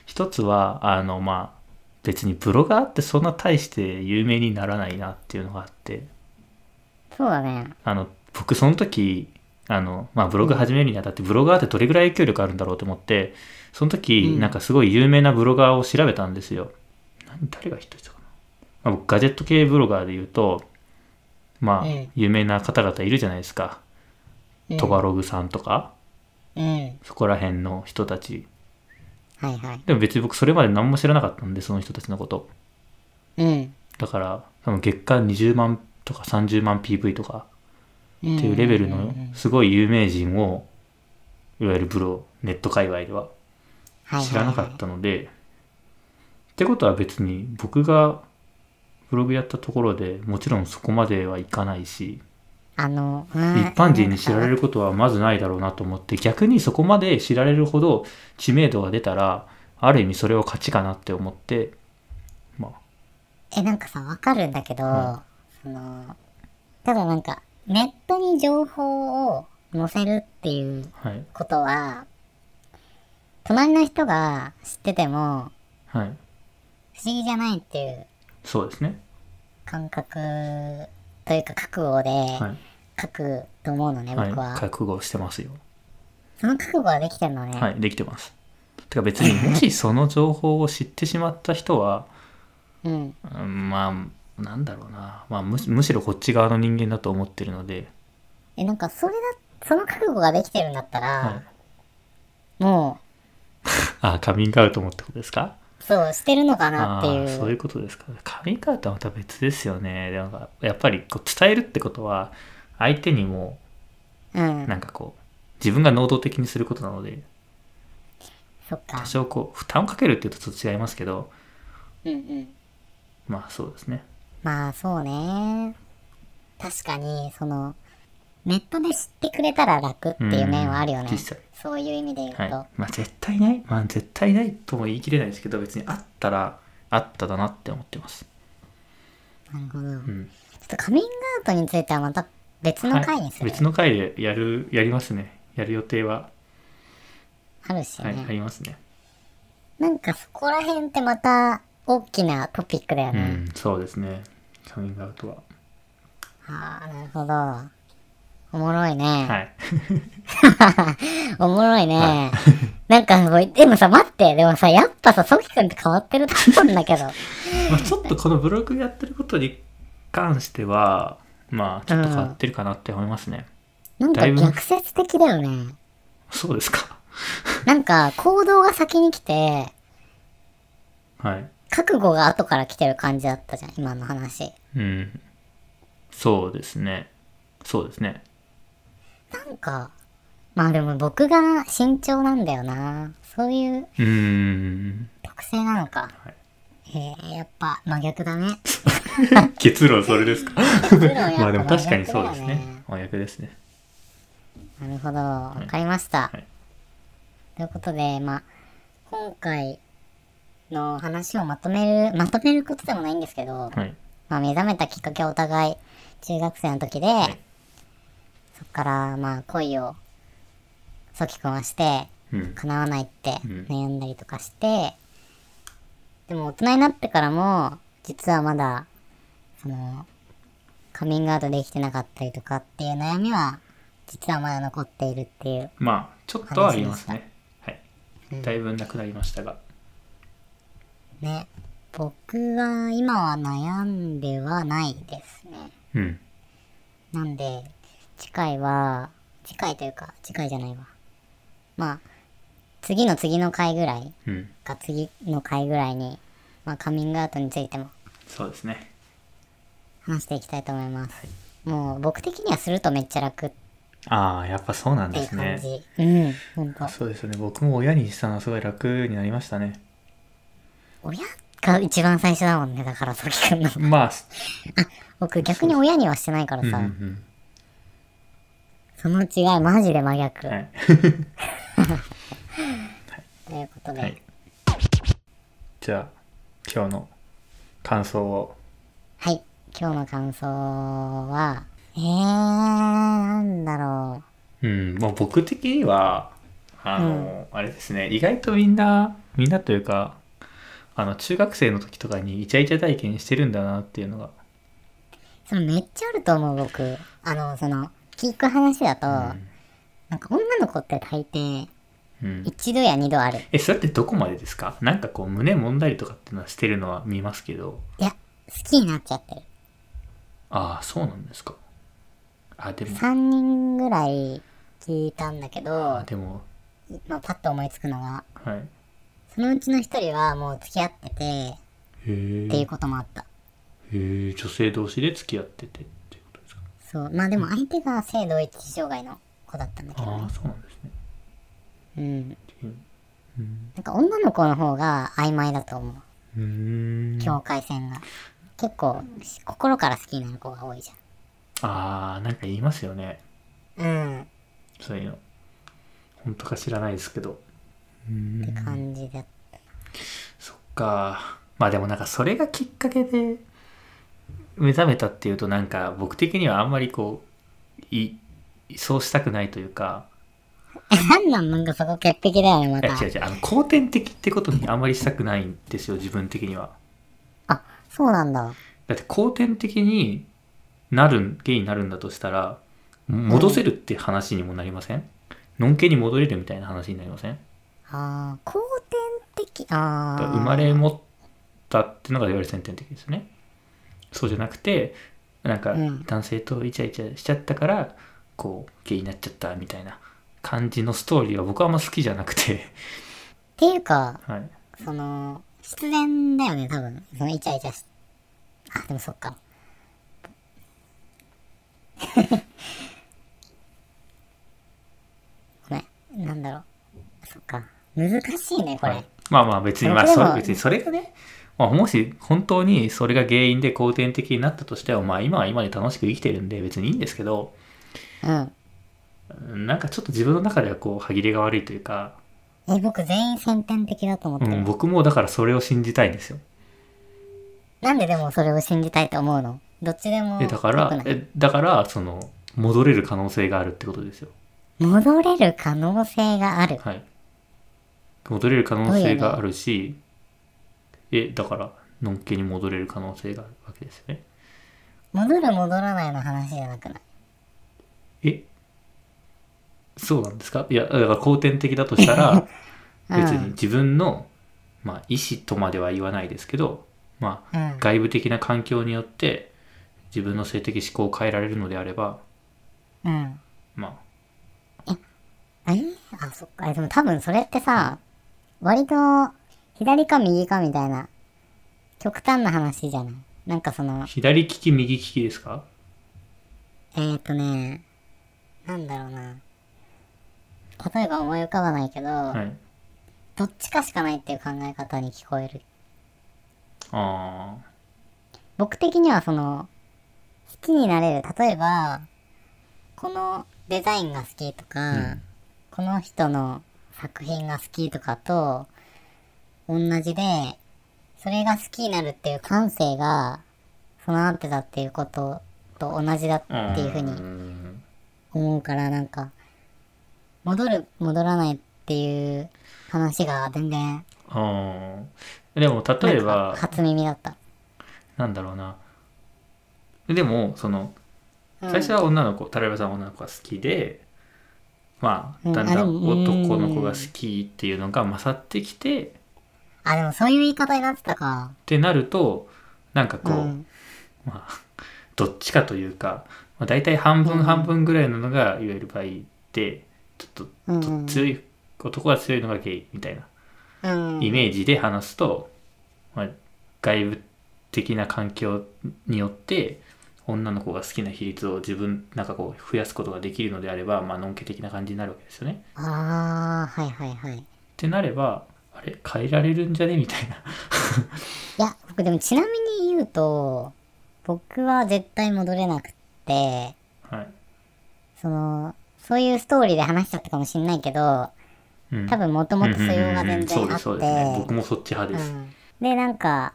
[SPEAKER 2] 一つはあのまあ別にブロガーってそんな大して有名にならないなっていうのがあって
[SPEAKER 1] そうだね。
[SPEAKER 2] あの僕その時あの、まあ、ブログ始めるにあたってブロガーってどれぐらい影響力あるんだろうと思ってその時、
[SPEAKER 1] うん
[SPEAKER 2] なんかすごい有名なブロガーを調べたんですよ何誰がヒットしたかな、まあ、僕ガジェット系ブロガーで言うとまあ、
[SPEAKER 1] うん
[SPEAKER 2] 有名な方々いるじゃないですか
[SPEAKER 1] うん
[SPEAKER 2] トバログさんとか、
[SPEAKER 1] うん。
[SPEAKER 2] そこら辺の人たち
[SPEAKER 1] はいはい。
[SPEAKER 2] でも別に僕それまで何も知らなかったんでその人たちのこと
[SPEAKER 1] うん。
[SPEAKER 2] だから多分月間20万とか30万 PV とか
[SPEAKER 1] っ
[SPEAKER 2] っていうレベルのすごい有名人をいわゆるブロネット界隈では知らなかったので、ってことは別に僕がブログやったところでもちろんそこまではいかないし、
[SPEAKER 1] た。あの、一
[SPEAKER 2] 一般人に知られることはまずないだろうなと思って逆にそこまで知られるほど知名度が出たらある意味それを勝ちかなって思ってまあ
[SPEAKER 1] え、なんかさ、わかるんだけど、その、ただなんか、ネットに情報を載せるっていう
[SPEAKER 2] はい
[SPEAKER 1] ことは、隣の人が知ってても、
[SPEAKER 2] はい
[SPEAKER 1] 不思議じゃないっていう
[SPEAKER 2] そうですね。
[SPEAKER 1] 感覚というか覚悟で
[SPEAKER 2] はい。
[SPEAKER 1] 書くと思うのね、
[SPEAKER 2] はい
[SPEAKER 1] 僕は、。
[SPEAKER 2] 覚悟してますよ。
[SPEAKER 1] その覚悟はできてるのね。
[SPEAKER 2] はい、できてます。てか別に、もしその情報を知ってしまった人は、
[SPEAKER 1] うん。
[SPEAKER 2] うんまあ、なんだろうな。まあむし、むしろこっち側の人間だと思ってるので、
[SPEAKER 1] え、なんかそれだ、その覚悟ができてるんだったら、
[SPEAKER 2] は
[SPEAKER 1] も
[SPEAKER 2] あ、カミングアウトもってことですか
[SPEAKER 1] う、そう、してるのかな
[SPEAKER 2] あ
[SPEAKER 1] っていう。
[SPEAKER 2] ーそういうことですかカミングアウトはまた別ですよねでなんかやっぱりこう伝えるってことは相手にも
[SPEAKER 1] うん。
[SPEAKER 2] なんかこう自分が能動的にすることなので
[SPEAKER 1] そっか
[SPEAKER 2] 多。少こう負担をかけるっていうとちょっと違いますけど
[SPEAKER 1] うんうん。
[SPEAKER 2] まあそうですね
[SPEAKER 1] まあ、そうね。確かに、その、ネットで知ってくれたら楽っていう面はあるよね
[SPEAKER 2] うん。実際
[SPEAKER 1] そういう意味で言うと。
[SPEAKER 2] はいまあ絶対ないまあ絶対ないとも言い切れないですけど別にあったらあっただなって思ってます
[SPEAKER 1] なるほど。
[SPEAKER 2] ん
[SPEAKER 1] ちょっとカミングアウトについてはまた別の回にす
[SPEAKER 2] はい、
[SPEAKER 1] る。
[SPEAKER 2] 別の回でやるやりますねやる予定は、
[SPEAKER 1] あるしね、
[SPEAKER 2] はい、ありますね
[SPEAKER 1] なんかそこら辺ってまた大きなトピックだよ
[SPEAKER 2] う
[SPEAKER 1] ね。
[SPEAKER 2] んそうですねカミングアウトは
[SPEAKER 1] ああ、なるほど。おもろいね。
[SPEAKER 2] はい
[SPEAKER 1] おもろいね。 なんかもう、でもさ、待って。でもさ、やっぱさ、ソキ君って変わってると思うんだけど。
[SPEAKER 2] まあ、ちょっとこのブログやってることに関しては、まあ、ちょっと変わってるかなって思いますね。
[SPEAKER 1] なん
[SPEAKER 2] だ
[SPEAKER 1] か
[SPEAKER 2] いぶ
[SPEAKER 1] 逆説的だよね。
[SPEAKER 2] そうですか。
[SPEAKER 1] なんか、行動が先に来て、
[SPEAKER 2] はい。
[SPEAKER 1] 覚悟が後から来てる感じだったじゃん、今の話。
[SPEAKER 2] うん。そうですね。そうですね。
[SPEAKER 1] なんか、まあでも僕が慎重なんだよな。そういう
[SPEAKER 2] うーん。
[SPEAKER 1] 特性なのか。えー、やっぱ真逆だね。
[SPEAKER 2] 結論それですか。
[SPEAKER 1] プロやっぱ
[SPEAKER 2] まあでも確かに
[SPEAKER 1] 真逆
[SPEAKER 2] そ
[SPEAKER 1] だよ
[SPEAKER 2] うですね。真逆ですね。
[SPEAKER 1] なるほど、わかりました。
[SPEAKER 2] はい
[SPEAKER 1] ということで、まあ、今回の話をまとめる、まとめることでもないんですけど、
[SPEAKER 2] はい。
[SPEAKER 1] まあ、目覚めたきっかけはお互い中学生の時で、
[SPEAKER 2] い
[SPEAKER 1] そこから、まあ、恋を、ソキ君はして、
[SPEAKER 2] うん。
[SPEAKER 1] 叶わないって
[SPEAKER 2] ん
[SPEAKER 1] 悩んだりとかして、でも大人になってからも、実はまだ、その、カミングアウトできてなかったりとかっていう悩みは、実はまだ残っているっていう。
[SPEAKER 2] まあ、ちょっとはありますね。はい。だいぶなくなりましたが。
[SPEAKER 1] ね。僕は今は悩んではないですね。
[SPEAKER 2] うん。
[SPEAKER 1] なんで、次回は、次回というか、次回じゃないわ。まあ、次の次の回ぐらい
[SPEAKER 2] うん。
[SPEAKER 1] か次の回ぐらいに、まあカミングアウトについても
[SPEAKER 2] そうですね。
[SPEAKER 1] 話していきたいと思います。もう僕的にはするとめっちゃ楽って
[SPEAKER 2] ああ、やっぱそうなんで
[SPEAKER 1] いう
[SPEAKER 2] す
[SPEAKER 1] 感
[SPEAKER 2] ね。
[SPEAKER 1] じ。うん、ほんと。
[SPEAKER 2] そうですよね。僕も親にしたのはすごい楽になりましたね。
[SPEAKER 1] 親が一番最初だもんね、だから、ソキ君の。
[SPEAKER 2] まあ、
[SPEAKER 1] 僕逆に親にはしてないから
[SPEAKER 2] うんう
[SPEAKER 1] さ、
[SPEAKER 2] ん
[SPEAKER 1] その違いマジで真逆。
[SPEAKER 2] うん。はい。
[SPEAKER 1] ということで、
[SPEAKER 2] はい。じゃあ、今日の感想を。
[SPEAKER 1] はい。今日の感想は、えー、なんだろ
[SPEAKER 2] うん、もう僕的には、あの、あれですね、意外とみんな、みんなというか、あの、中学生の時とかにイチャイチャ体験してるんだなっていうのが、
[SPEAKER 1] う。そのめっちゃあると思う、僕。あの、その、聞く話だと、なんか女の子って大抵、
[SPEAKER 2] うん。
[SPEAKER 1] 一度や二度ある。
[SPEAKER 2] え、それってどこまでですかなんかこう、胸揉んだりとかっていうのはしてるのは見ますけど、
[SPEAKER 1] いや、好きになっちゃってる。
[SPEAKER 2] ああ、そうなんですか。あ、でも、
[SPEAKER 1] 3人ぐらい聞いたんだけど
[SPEAKER 2] あ、でも、
[SPEAKER 1] まあ、パッと思いつくのが、
[SPEAKER 2] はい。へ
[SPEAKER 1] そのうちの一人はもう付き合ってて、
[SPEAKER 2] え
[SPEAKER 1] っていうこともあった。
[SPEAKER 2] へえ女性同士で付き合っててっていうことですか
[SPEAKER 1] そう。まあでも相手が性同一障害の子だったんだけど
[SPEAKER 2] あ
[SPEAKER 1] ね
[SPEAKER 2] あ。そうなんですね
[SPEAKER 1] うん。
[SPEAKER 2] うん
[SPEAKER 1] なんか女の子の方が曖昧だと思う。
[SPEAKER 2] うーん
[SPEAKER 1] 境界線が。結構、心から好きになる子が多いじ
[SPEAKER 2] ああなんか言いますよね
[SPEAKER 1] ゃん。うん。っ
[SPEAKER 2] そういうの本当か知らないですけど
[SPEAKER 1] て感じだった。
[SPEAKER 2] そっかまあでもなんかそれがきっかけで目覚めたっていうとなんか僕的にはあんまりこういそうしたくないというか
[SPEAKER 1] なんなんなんかそこ潔癖だよね、ま
[SPEAKER 2] い
[SPEAKER 1] た
[SPEAKER 2] や。違う違うあの後天的ってことにあんまりしたくないんですよ自分的には
[SPEAKER 1] あ、そうなんだ。
[SPEAKER 2] だって後天的になるんゲイになるんだとしたら戻せるって話にもなりません、のんけに戻れるみたいな話になりません
[SPEAKER 1] ああ、後天的、あ
[SPEAKER 2] だから
[SPEAKER 1] あ。
[SPEAKER 2] 生まれ持ったってのがいわゆる先天的ですよねそうじゃなくてなんか
[SPEAKER 1] うん
[SPEAKER 2] 男性とイチャイチャしちゃったからこうゲイになっちゃったみたいな感じのストーリーは僕はあんま好きじゃなくて
[SPEAKER 1] っていうか、
[SPEAKER 2] はい
[SPEAKER 1] その、失恋だよね、多分。そのイチャイチャし、あ、でもそっか。 ごめん、なんだろう。そっか。難しいね、これ。
[SPEAKER 2] はいまあまあ別にまあ
[SPEAKER 1] でも
[SPEAKER 2] それ別にそれがね、まあ、もし本当にそれが原因で後天的になったとしてもまあ今は今で楽しく生きてるんで別にいいんですけど
[SPEAKER 1] うん。
[SPEAKER 2] なんかちょっと自分の中ではこう歯切れが悪いというか、
[SPEAKER 1] え、僕全員先天的だと思っ
[SPEAKER 2] う
[SPEAKER 1] て
[SPEAKER 2] ん、
[SPEAKER 1] る。
[SPEAKER 2] 僕もだからそれを信じたいんですよ
[SPEAKER 1] なんででもそれを信じたいと思うのどっちでも
[SPEAKER 2] え
[SPEAKER 1] 良くない。
[SPEAKER 2] だからえだからその戻れる可能性があるってことですよ
[SPEAKER 1] 戻れる可能性がある。
[SPEAKER 2] はい戻れる可能性があるしえだからのんけに戻れる可能性があるわけですよね
[SPEAKER 1] 戻る戻らないの話じゃなくない
[SPEAKER 2] えそうなんですかいやだから後天的だとしたら
[SPEAKER 1] うん
[SPEAKER 2] 別に自分の、まあ、意思とまでは言わないですけど、まあ
[SPEAKER 1] うん
[SPEAKER 2] 外部的な環境によって自分の性的思考を変えられるのであれば、
[SPEAKER 1] うん。
[SPEAKER 2] ま
[SPEAKER 1] えあ、そっか。えでも多分それってさ、割と、左か右かみたいな、極端な話じゃないなんかその
[SPEAKER 2] あ、、左利き右利きですか
[SPEAKER 1] えー、っとね、なんだろうな。例えば思い浮かばないけど、
[SPEAKER 2] はい
[SPEAKER 1] どっちかしかないっていう考え方に聞こえる。
[SPEAKER 2] ああ
[SPEAKER 1] 僕的にはその、好きになれる。例えば、このデザインが好きとか、
[SPEAKER 2] うん
[SPEAKER 1] この人の作品が好きとかと同じで、それが好きになるっていう感性が備わってたっていうことと同じだっていうふうに
[SPEAKER 2] ん
[SPEAKER 1] 思うから、なんか、戻る、戻らないっていう話が全然、
[SPEAKER 2] あーでも例え
[SPEAKER 1] なん
[SPEAKER 2] ば
[SPEAKER 1] か初耳だった。
[SPEAKER 2] なんだろうなでもその最初は女の子、タラベさんは女の子が好きでまあ
[SPEAKER 1] うん
[SPEAKER 2] だんだ
[SPEAKER 1] あで
[SPEAKER 2] ん
[SPEAKER 1] も
[SPEAKER 2] 男の子が好きっていうのが勝ってきてっ
[SPEAKER 1] あ、でもそういう言い方になってたか。
[SPEAKER 2] てなるとなんかこう、
[SPEAKER 1] うん
[SPEAKER 2] まあどっちかというか、まあ、大体半分半分ぐらいなのがいわゆる場合でちょっ
[SPEAKER 1] うんう
[SPEAKER 2] と
[SPEAKER 1] ん
[SPEAKER 2] 強い男は強いのがゲイみたいな
[SPEAKER 1] うん
[SPEAKER 2] イメージで話すと、まあ、外部的な環境によって女の子が好きな比率を自分なんかこう増やすことができるのであれば、まあのんけ的な感じになるわけですよね。
[SPEAKER 1] ああ、はいはいはい。い
[SPEAKER 2] ってなればあれ変えられるんじゃねみたいな
[SPEAKER 1] や、僕でもちなみに言うと、僕は絶対戻れなくって、
[SPEAKER 2] はい、
[SPEAKER 1] その、そういうストーリーで話しちゃったかもしんないけど、
[SPEAKER 2] うん、
[SPEAKER 1] 多分もともと素養が全
[SPEAKER 2] うんうんうんそ
[SPEAKER 1] 然あ
[SPEAKER 2] うで
[SPEAKER 1] っ
[SPEAKER 2] すそうですね僕
[SPEAKER 1] て、
[SPEAKER 2] もそっち派です、
[SPEAKER 1] で、なんか、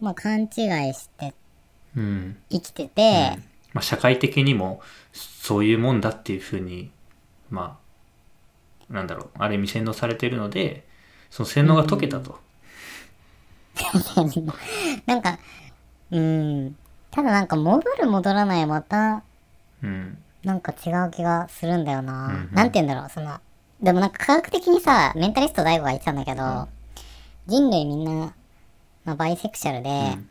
[SPEAKER 1] まあ勘違いして
[SPEAKER 2] うん
[SPEAKER 1] 生きてて、
[SPEAKER 2] まあ、社会的にもそういうもんだっていうふうにまあなんだろうある意味洗脳されているのでその洗脳が解けたと、
[SPEAKER 1] なんか、うん、ただなんか戻る戻らないまた、
[SPEAKER 2] うん
[SPEAKER 1] なんか違う気がするんだよな。
[SPEAKER 2] うんうん
[SPEAKER 1] なんて言うんだろう、その、でもなんか科学的にさ、メンタリスト大悟が言ってたんだけど、人類みんな、まあ、バイセクシャルで、
[SPEAKER 2] ん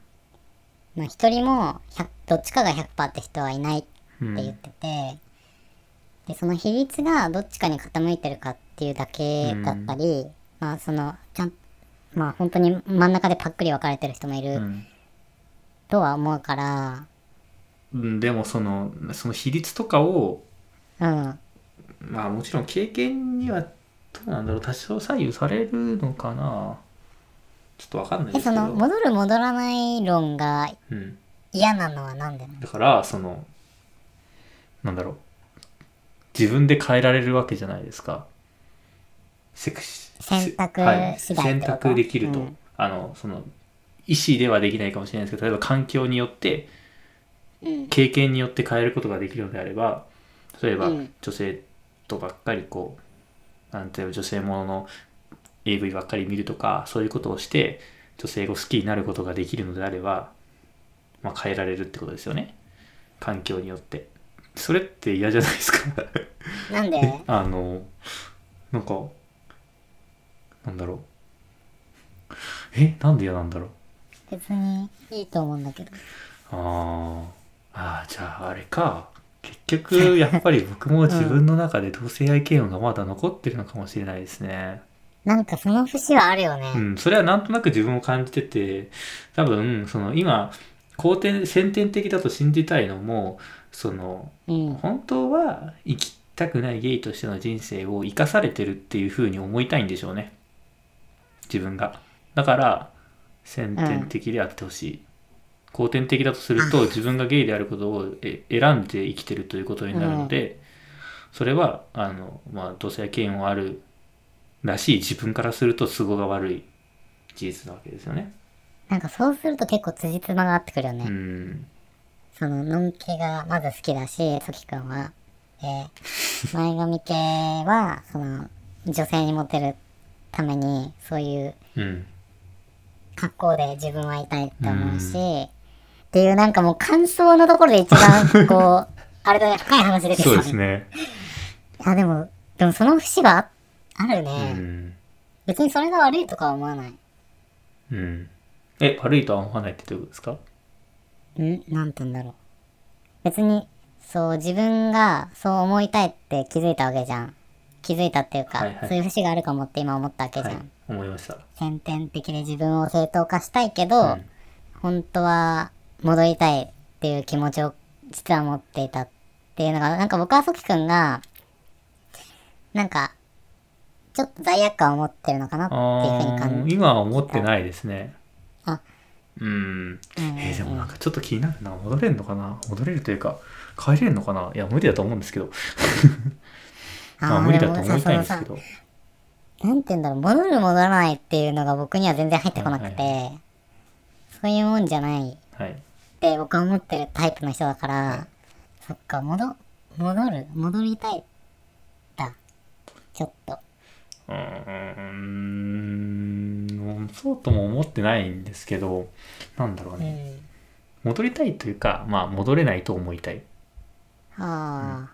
[SPEAKER 1] まあ一人も100どっちかが100%って人はいないって
[SPEAKER 2] うん
[SPEAKER 1] 言ってて、で、その比率がどっちかに傾いてるかっていうだけだったり、まあその、ちゃん、まあ本当に真ん中でパックリ分かれてる人もいうる
[SPEAKER 2] ん
[SPEAKER 1] とは思うから、
[SPEAKER 2] うん、でもそのその比率とかを
[SPEAKER 1] うん、
[SPEAKER 2] まあもちろん経験にはどうなんだろう多少左右されるのかなちょっとわかんないで
[SPEAKER 1] え、
[SPEAKER 2] すけ
[SPEAKER 1] そ
[SPEAKER 2] ど
[SPEAKER 1] の、戻る戻らない論が
[SPEAKER 2] うん、
[SPEAKER 1] 嫌なのはなんでなの
[SPEAKER 2] だからそのなんだろう自分で変えられるわけじゃないですかセクシ
[SPEAKER 1] 選択
[SPEAKER 2] はい、
[SPEAKER 1] 次第っ
[SPEAKER 2] 選
[SPEAKER 1] てこと
[SPEAKER 2] 択できると、
[SPEAKER 1] うん
[SPEAKER 2] あのその意思ではできないかもしれないですけど例えば環境によって経験によって変えることができるのであれば例えば
[SPEAKER 1] うん
[SPEAKER 2] 女性とばっかりこうなんていうの女性ものの AV ばっかり見るとかそういうことをして女性を好きになることができるのであれば、まあ、変えられるってことですよね環境によってそれって嫌じゃないですか
[SPEAKER 1] なんで
[SPEAKER 2] あのなんかなんだろうえなんで嫌なんだろう
[SPEAKER 1] 別にいいと思うんだけど。
[SPEAKER 2] あーあーじゃああれか結局やっぱり僕も自分の中で同性愛嫌悪がまだ残ってるのかもしれないですね
[SPEAKER 1] なんかその節はあるよ
[SPEAKER 2] う
[SPEAKER 1] ね。
[SPEAKER 2] んそれはなんとなく自分を感じてて多分その今後天先天的だと信じたいのもその
[SPEAKER 1] うん。
[SPEAKER 2] 本当は生きたくないゲイとしての人生を生かされてるっていう風に思いたいんでしょうね自分がだから先天的であってほしい、後天的だとすると自分がゲイであることをえ選んで生きてるということになるので、それはあの、まあ、同性嫌悪あるらしい自分からすると都合が悪い事実なわけですよね
[SPEAKER 1] なんかそうすると結構辻褄が合ってくるよね。
[SPEAKER 2] うん
[SPEAKER 1] その、のんけがまず好きだし、ソキくんは。で、前髪系は、その、女性にモテるために、そういう
[SPEAKER 2] うん
[SPEAKER 1] 格好で自分はいたいって思うし、っていうなんかもう感想のところで一番、こ う、あれだね、深い話ですよね。
[SPEAKER 2] ね
[SPEAKER 1] あ、でも、でもその節はああるね、
[SPEAKER 2] うん
[SPEAKER 1] 別にそれが悪いとかは思わない。
[SPEAKER 2] うんえ悪いとは思わないってどういうことですか
[SPEAKER 1] んなんて言うんだろう。別に、そう、自分がそう思いたいって気づいたわけじゃん。気づいたっていうか、
[SPEAKER 2] はいはい
[SPEAKER 1] そういう節があるかもって今思ったわけじゃ
[SPEAKER 2] は
[SPEAKER 1] ん。
[SPEAKER 2] い、思いました。
[SPEAKER 1] 先天的で自分を正当化したいけど、
[SPEAKER 2] うん
[SPEAKER 1] 本当は戻りたいっていう気持ちを実は持っていたっていうのが、なんか僕はソキ君が、なんか、ちょっと罪悪感を持ってるのかなっていうふうに
[SPEAKER 2] あ
[SPEAKER 1] 感
[SPEAKER 2] ー
[SPEAKER 1] じ。
[SPEAKER 2] 今は思ってないですね。
[SPEAKER 1] あ
[SPEAKER 2] うん。
[SPEAKER 1] うん
[SPEAKER 2] えーでもなんかちょっと気になるな。戻れるのかな戻れるというか、帰れるのかないや、無理だと思うんですけど。まあ、
[SPEAKER 1] ー
[SPEAKER 2] 無理だ
[SPEAKER 1] でも
[SPEAKER 2] と思いたいんです
[SPEAKER 1] さ
[SPEAKER 2] け
[SPEAKER 1] その
[SPEAKER 2] ど。
[SPEAKER 1] さなんて言うんだろう、戻る戻らないっていうのが僕には全然入ってこなくて、
[SPEAKER 2] はい
[SPEAKER 1] そういうもんじゃないっ
[SPEAKER 2] はい。
[SPEAKER 1] て僕は思ってるタイプの人だから、そっか、戻、戻る、戻りたい。だ。ちょっと。
[SPEAKER 2] うーん、そうとも思ってないんですけど、なんだろう
[SPEAKER 1] う
[SPEAKER 2] ね。
[SPEAKER 1] ん。
[SPEAKER 2] 戻りたいというか、まあ、戻れないと思いたい。
[SPEAKER 1] は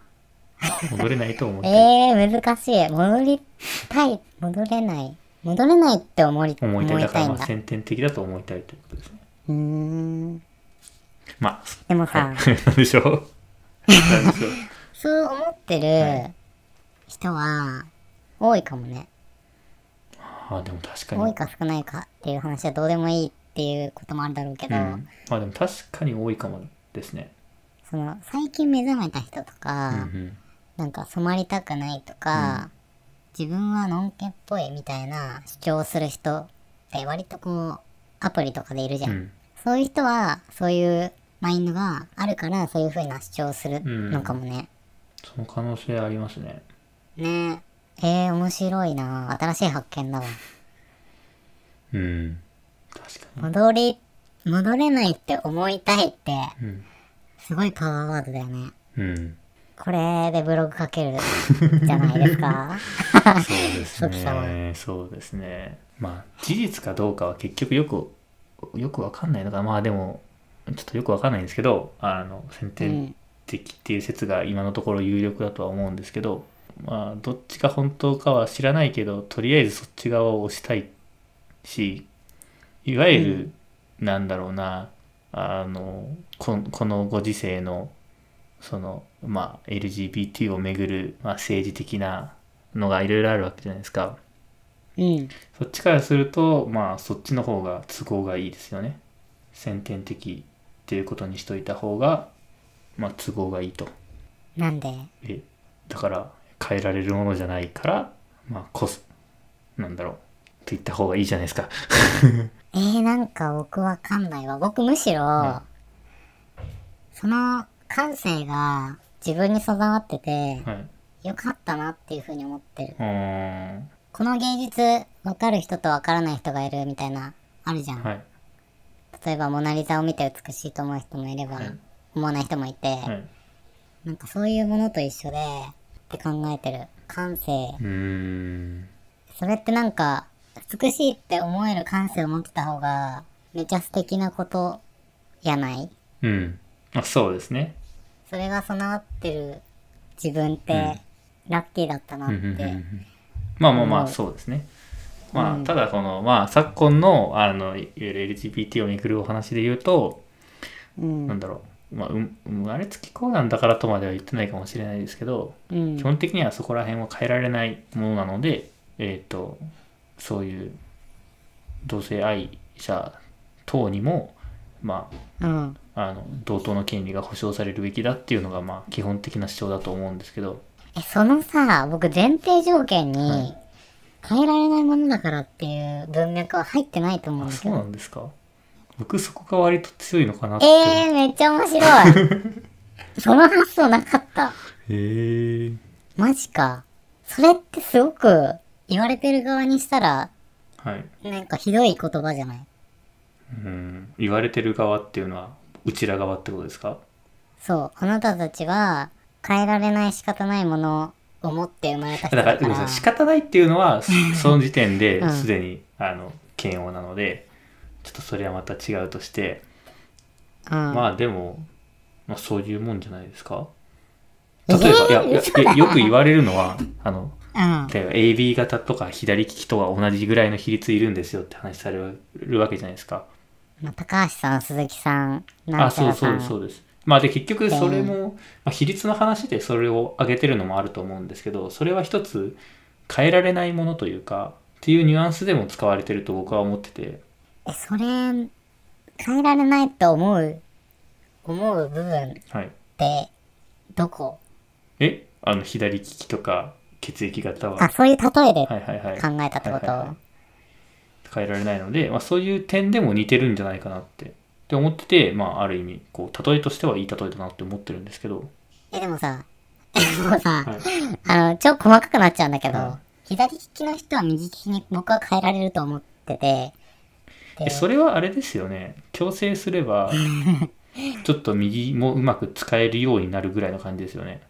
[SPEAKER 2] 戻れないと思い
[SPEAKER 1] あ。
[SPEAKER 2] たい。
[SPEAKER 1] えー、難しい。戻りたい。戻れない。戻れないって思い
[SPEAKER 2] 思
[SPEAKER 1] 思
[SPEAKER 2] い
[SPEAKER 1] い
[SPEAKER 2] たい。だか
[SPEAKER 1] た
[SPEAKER 2] ら、
[SPEAKER 1] い
[SPEAKER 2] ま
[SPEAKER 1] ん
[SPEAKER 2] あ、
[SPEAKER 1] だ。
[SPEAKER 2] 先天的だと思いたいということですね。
[SPEAKER 1] うーん。
[SPEAKER 2] まあ、
[SPEAKER 1] でもさ、
[SPEAKER 2] はい。 なんでしょ うなんでしょう
[SPEAKER 1] そう思って
[SPEAKER 2] は
[SPEAKER 1] る人は多いかもね。
[SPEAKER 2] あーでも確かに
[SPEAKER 1] 多いか少ないかっていう話はどうでもいいっていうこともあるだろうけど、
[SPEAKER 2] うん、まあでも確かに多いかもですね。
[SPEAKER 1] その最近目覚めた人と
[SPEAKER 2] うんう
[SPEAKER 1] か、
[SPEAKER 2] ん
[SPEAKER 1] なんか染まりたくないとか、自分はのんけっぽいみたいな主張をする人って割とこうアプリとかでいるじゃ、
[SPEAKER 2] うんん
[SPEAKER 1] そういう人はそういうマインドがあるからそういう風な主張をするのかもね、
[SPEAKER 2] その可能性ありますね。
[SPEAKER 1] ねええー、面白いな新しい発見だわ
[SPEAKER 2] うん。確か
[SPEAKER 1] 戻り戻れないって思いたいって
[SPEAKER 2] に。うん。
[SPEAKER 1] すごいパワーワードだよね
[SPEAKER 2] うん。
[SPEAKER 1] これでブログ書けるじゃないです か
[SPEAKER 2] そうです
[SPEAKER 1] ソキさん
[SPEAKER 2] ね。そうですね。まあ事実かどうかは結局よく、よくわかんないのかな。まあでも、ちょっとよくわかんないんですけど、あの、先天的っていう説が今のところ有力だとは思うんですけど、まあどっちが本当かは知らないけど、とりあえずそっち側を押したいしいわゆる、なんだろうなあのここのご時世のそのまあ LGBT をめぐる、まあ、政治的なのがいろいろあるわけじゃないですか
[SPEAKER 1] うん
[SPEAKER 2] そっちからするとまあそっちの方が都合がいいですよね先天的っていうことにしといた方がまあ都合がいいと
[SPEAKER 1] なんで
[SPEAKER 2] えだから変えられるものじゃないからまあこすなんだろうって言った方がいいじゃないですか
[SPEAKER 1] えー、なんか僕わかんないわ。僕むしろ、その感性が自分に備わってて、
[SPEAKER 2] はい
[SPEAKER 1] よかったなっていうふうに思ってる。
[SPEAKER 2] うーん
[SPEAKER 1] この芸術、わかる人とわからない人がいるみたいな、あるじゃん。
[SPEAKER 2] はい
[SPEAKER 1] 例えば、モナリザを見て美しいと思う人もいれば、
[SPEAKER 2] はい
[SPEAKER 1] 思わない人もいて、
[SPEAKER 2] はい
[SPEAKER 1] なんかそういうものと一緒で、って考えてる。感性。
[SPEAKER 2] うーん
[SPEAKER 1] それってなんか、美しいって思える感性を持ってた方が、めちゃ素敵なことやない
[SPEAKER 2] うん。あ、そうですね。
[SPEAKER 1] それが備わってる自分っ
[SPEAKER 2] うん
[SPEAKER 1] て、ラッキーだったなっ
[SPEAKER 2] うんうんうんう
[SPEAKER 1] て。
[SPEAKER 2] んまあまあま
[SPEAKER 1] う
[SPEAKER 2] あ
[SPEAKER 1] ん
[SPEAKER 2] そうですね。ま
[SPEAKER 1] う
[SPEAKER 2] あ
[SPEAKER 1] ん
[SPEAKER 2] ただそのまあ昨今のあのいわゆる LGBT をめくるお話で言うと、
[SPEAKER 1] うん。
[SPEAKER 2] なんだろう、まあ、うん生まれつきこうなんだからとまでは言ってないかもしれないですけど、
[SPEAKER 1] うん
[SPEAKER 2] 基本的にはそこら辺は変えられないものなので、えっ、と、そういう同性愛者等にも、ま
[SPEAKER 1] うん。
[SPEAKER 2] あ、あの同等の権利が保障されるべきだっていうのが、まあ、基本的な主張だと思うんですけど、
[SPEAKER 1] え、そのさ、僕前提条件に、変えられないものだからっていう文脈は入ってないと思うん
[SPEAKER 2] あ
[SPEAKER 1] だけ
[SPEAKER 2] そう
[SPEAKER 1] ど。
[SPEAKER 2] なんですか僕そこが割と強いのかなって
[SPEAKER 1] ええー、めっちゃ面白い。 その発想なかった。
[SPEAKER 2] へえ
[SPEAKER 1] マジか。それってすごく言われてる側にしたら、
[SPEAKER 2] はい、
[SPEAKER 1] なんかひどい言葉じゃない
[SPEAKER 2] うん、言われてる側っていうのはうちら側ってことですか
[SPEAKER 1] そう。あなたたちは変えられない仕方ないものを持って生まれた人
[SPEAKER 2] だ
[SPEAKER 1] だ
[SPEAKER 2] か
[SPEAKER 1] からら。
[SPEAKER 2] ごめんなさい仕方ないっていう のはそその時点で
[SPEAKER 1] うん
[SPEAKER 2] すでに、あの嫌悪なのでちょっとそれはまた違うとして、
[SPEAKER 1] うん、
[SPEAKER 2] まあでも、まあ、そういうもんじゃないですか
[SPEAKER 1] え
[SPEAKER 2] 例え
[SPEAKER 1] ー
[SPEAKER 2] ば、いやいやよく言われるのはあの
[SPEAKER 1] うん。
[SPEAKER 2] 例えば AB 型とか左利きとは同じぐらいの比率いるんですよって話されるわけじゃないですか。
[SPEAKER 1] まあ、高橋さん、鈴木さん、な
[SPEAKER 2] あ、
[SPEAKER 1] んち
[SPEAKER 2] そ
[SPEAKER 1] ゃ
[SPEAKER 2] う
[SPEAKER 1] らさ
[SPEAKER 2] そ
[SPEAKER 1] ん。
[SPEAKER 2] うそううです。まあで結局それも、
[SPEAKER 1] う
[SPEAKER 2] まあ、比率の話でそれを上げてるのもあると思うんですけどそれは一つ変えられないものというかっていうニュアンスでも使われてると僕は思ってて
[SPEAKER 1] え、それ、変えられないと思う、思う部分っ
[SPEAKER 2] はい
[SPEAKER 1] て、どこ
[SPEAKER 2] えあの左利きとか血液型は
[SPEAKER 1] あ、そういう例えで
[SPEAKER 2] はいはいはい
[SPEAKER 1] 考えたってこと、
[SPEAKER 2] はいはいはい変えられないので、まあ、そういう点でも似てるんじゃないかなってって思ってて、まあ、ある意味こう例えとしてはいい例えだなって思ってるんですけど
[SPEAKER 1] え、でもさ、もうさ、
[SPEAKER 2] はい
[SPEAKER 1] あの、超細かくなっちゃうんだけど、
[SPEAKER 2] うん
[SPEAKER 1] 左利きの人は右利きに僕は変えられると思ってて、
[SPEAKER 2] えそれはあれですよね強制す ればちょっと右もうまく使えるようになるぐらいの感じですよね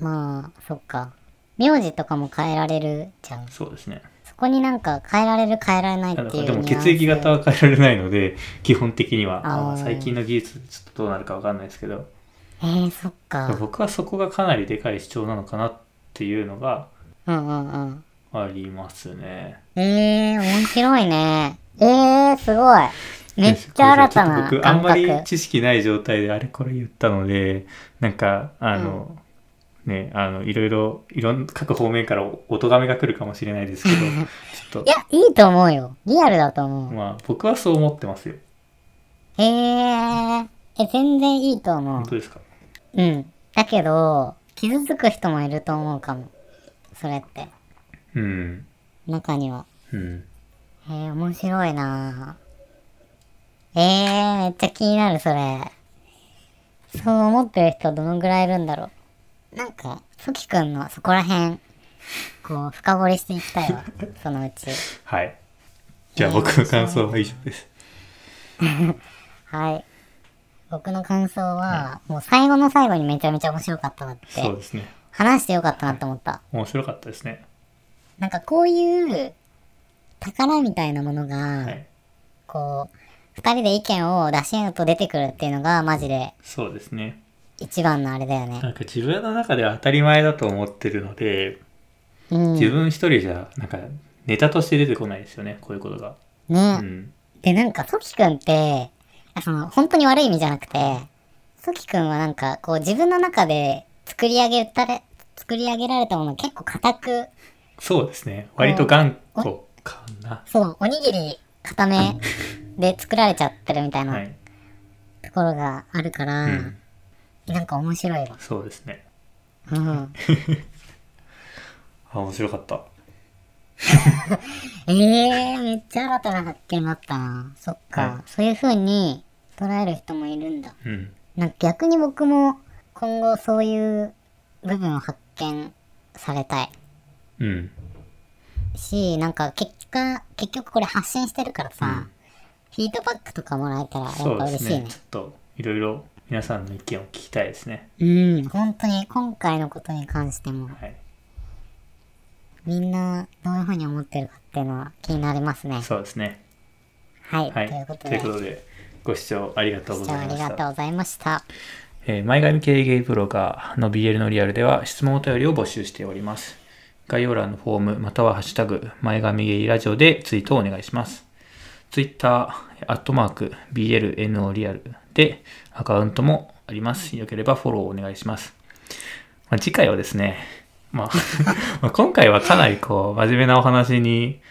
[SPEAKER 1] まあ、そっか。名字とかも変えられるじゃん。
[SPEAKER 2] そうですね
[SPEAKER 1] そこになんか変えられる変えられないって
[SPEAKER 2] だ
[SPEAKER 1] いう
[SPEAKER 2] からでも
[SPEAKER 1] ニュアンス
[SPEAKER 2] 血液型は変えられないので 基本的には
[SPEAKER 1] あー
[SPEAKER 2] まあ最近の技術ちょっとどうなるかわかんないですけど
[SPEAKER 1] えー、そっか。
[SPEAKER 2] 僕はそこがかなりでかい主張なのかなっていうのが
[SPEAKER 1] うんうんうん。
[SPEAKER 2] ありますね
[SPEAKER 1] えー、面白いね。えー、すごい。めっちゃ新たな
[SPEAKER 2] ちょっと僕あ
[SPEAKER 1] 感
[SPEAKER 2] んまり
[SPEAKER 1] 覚。
[SPEAKER 2] 知識ない状態であれこれ言ったのでなんかあの、ねあのいろいろいろん各方面からお咎めが来るかもしれな いですけどちょっ
[SPEAKER 1] いや、いいと思うよ。リアルだと思
[SPEAKER 2] と
[SPEAKER 1] う。
[SPEAKER 2] まあ僕はそう思ってますよ
[SPEAKER 1] えー、え、全然いいと思う
[SPEAKER 2] 本。当ですか
[SPEAKER 1] うん。だけど、傷つく人もいると思うかも。それって。
[SPEAKER 2] うん
[SPEAKER 1] 中には。
[SPEAKER 2] うん
[SPEAKER 1] えー、面白いなぁ。えー、めっちゃ気になる、それ。そう思ってる人どのぐらいいるんだろう。なんか、ソキくんのそこら辺、こう、深掘りしていきたい わ。そのうち。
[SPEAKER 2] はいじゃあ僕の感想は以上です
[SPEAKER 1] はい。僕の感想は、もう最後の最後にめちゃめちゃ面白かったなっ
[SPEAKER 2] そう
[SPEAKER 1] て、
[SPEAKER 2] ですね
[SPEAKER 1] 話してよかったなって思った。
[SPEAKER 2] 面白かったですね
[SPEAKER 1] なんかこういう宝みたいなものが、
[SPEAKER 2] はい
[SPEAKER 1] こう、二人で意見を出し合うと出てくるっていうのがマジで
[SPEAKER 2] そうですね
[SPEAKER 1] 一番のあれだよね。
[SPEAKER 2] なんか自分の中では当たり前だと思ってるので
[SPEAKER 1] うん。
[SPEAKER 2] 自分一人じゃなんかネタとして出てこないですよねこういうことが
[SPEAKER 1] ね、
[SPEAKER 2] うん
[SPEAKER 1] で、なんか、ソキくんって、あその、本当に悪い意味じゃなくて、ソキくんはなんか、こう、自分の中で作り上げたれ、作り上げられたものを結構固く、
[SPEAKER 2] そうですね。割と頑固かな。
[SPEAKER 1] そう、おにぎり固めで作られちゃってるみたい
[SPEAKER 2] は。
[SPEAKER 1] ないところがあるから、
[SPEAKER 2] うん。
[SPEAKER 1] なんか面白いわ。
[SPEAKER 2] そうですね。
[SPEAKER 1] うん。
[SPEAKER 2] あ、面白かった。
[SPEAKER 1] ええー、めっちゃ新たな発見だったな。そっか。
[SPEAKER 2] はい
[SPEAKER 1] そういう風に捉える人もいるんだ。
[SPEAKER 2] うん。
[SPEAKER 1] なんか逆に僕も今後そういう部分を発見されたい
[SPEAKER 2] うん。
[SPEAKER 1] し、なんか結果、結局これ発信してるからさ、フィードバックとかもらえたらやっ
[SPEAKER 2] そう
[SPEAKER 1] ぱ
[SPEAKER 2] で
[SPEAKER 1] 嬉
[SPEAKER 2] す
[SPEAKER 1] しい
[SPEAKER 2] ね。
[SPEAKER 1] ね。
[SPEAKER 2] ちょっと、いろいろ皆さんの意見を聞きたいですね。
[SPEAKER 1] うん、本当に今回のことに関しても
[SPEAKER 2] はい。
[SPEAKER 1] みんなどういうふうに思ってるかっていうのは気になりますね。
[SPEAKER 2] そうですね。
[SPEAKER 1] はい、
[SPEAKER 2] はい。
[SPEAKER 1] ということ
[SPEAKER 2] とい
[SPEAKER 1] で
[SPEAKER 2] うこ、とで、ご視聴ありがとうご
[SPEAKER 1] じゃあ
[SPEAKER 2] ざ
[SPEAKER 1] あ
[SPEAKER 2] いま
[SPEAKER 1] り
[SPEAKER 2] し
[SPEAKER 1] がと
[SPEAKER 2] た。
[SPEAKER 1] うございました。
[SPEAKER 2] えー前髪系ゲイブロガーの BL のリアルでは質問お便りを募集しております。概要欄のフォームまたはハッシュタグ前髪ゲイラジオでツイートをお願いします。Twitter、アットマーク、BLNO リアルでアカウントもあります。よければフォローお願いします。まあ、次回はですね、まあ、 まあ今回はかなりこう、真面目なお話に、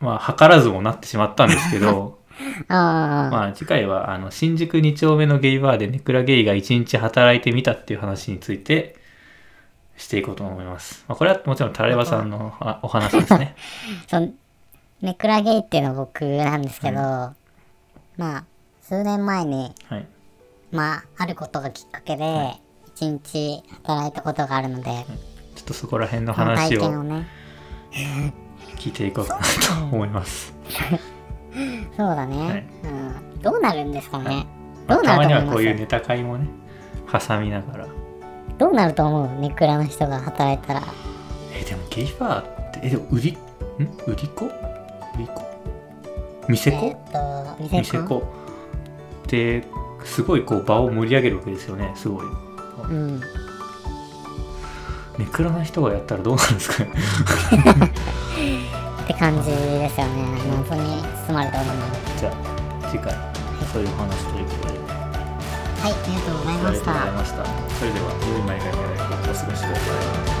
[SPEAKER 2] まあ、図らずもなってしまったんですけど、
[SPEAKER 1] ああ、
[SPEAKER 2] まあ、次回は、あの、新宿2丁目のゲイバーでネクラゲイが1日働いてみたっていう話について、していこうと思います。まあ、これはもちろんタラレバさんのあお話ですね。
[SPEAKER 1] そのネクラゲイっていうのは僕なんですけど、まあ、数年前に、
[SPEAKER 2] はい。
[SPEAKER 1] まあ、あることがきっかけで、一日働いたことがあるので、
[SPEAKER 2] ちょっとそこら辺の
[SPEAKER 1] その体
[SPEAKER 2] 話
[SPEAKER 1] 験を
[SPEAKER 2] を
[SPEAKER 1] ね、
[SPEAKER 2] 聞いていこうかなと思います。
[SPEAKER 1] そうだね、
[SPEAKER 2] はい
[SPEAKER 1] うん。どうなるんですかね。
[SPEAKER 2] ま あ
[SPEAKER 1] どう
[SPEAKER 2] たま
[SPEAKER 1] なると
[SPEAKER 2] に
[SPEAKER 1] 思いま
[SPEAKER 2] は
[SPEAKER 1] す
[SPEAKER 2] こういうネタ会もね、挟みながら。
[SPEAKER 1] どうなると思うネクラの人が働いたら。
[SPEAKER 2] えでもゲイバーってえでも売りん売り子売り子店
[SPEAKER 1] え
[SPEAKER 2] 子
[SPEAKER 1] ーっと、店
[SPEAKER 2] 店
[SPEAKER 1] 子。
[SPEAKER 2] 子ってすごいこう場を盛り上げるわけですよねすごい
[SPEAKER 1] うん。
[SPEAKER 2] ネクラな人がやったらどうなんですかね
[SPEAKER 1] って感じですよね。謎に包まれた女の子。
[SPEAKER 2] じゃあ次回そういうお話ということであ
[SPEAKER 1] はい、ありがとうございま
[SPEAKER 2] りがとうご
[SPEAKER 1] した
[SPEAKER 2] ざい。ましたそれでは良い毎回お過ごしください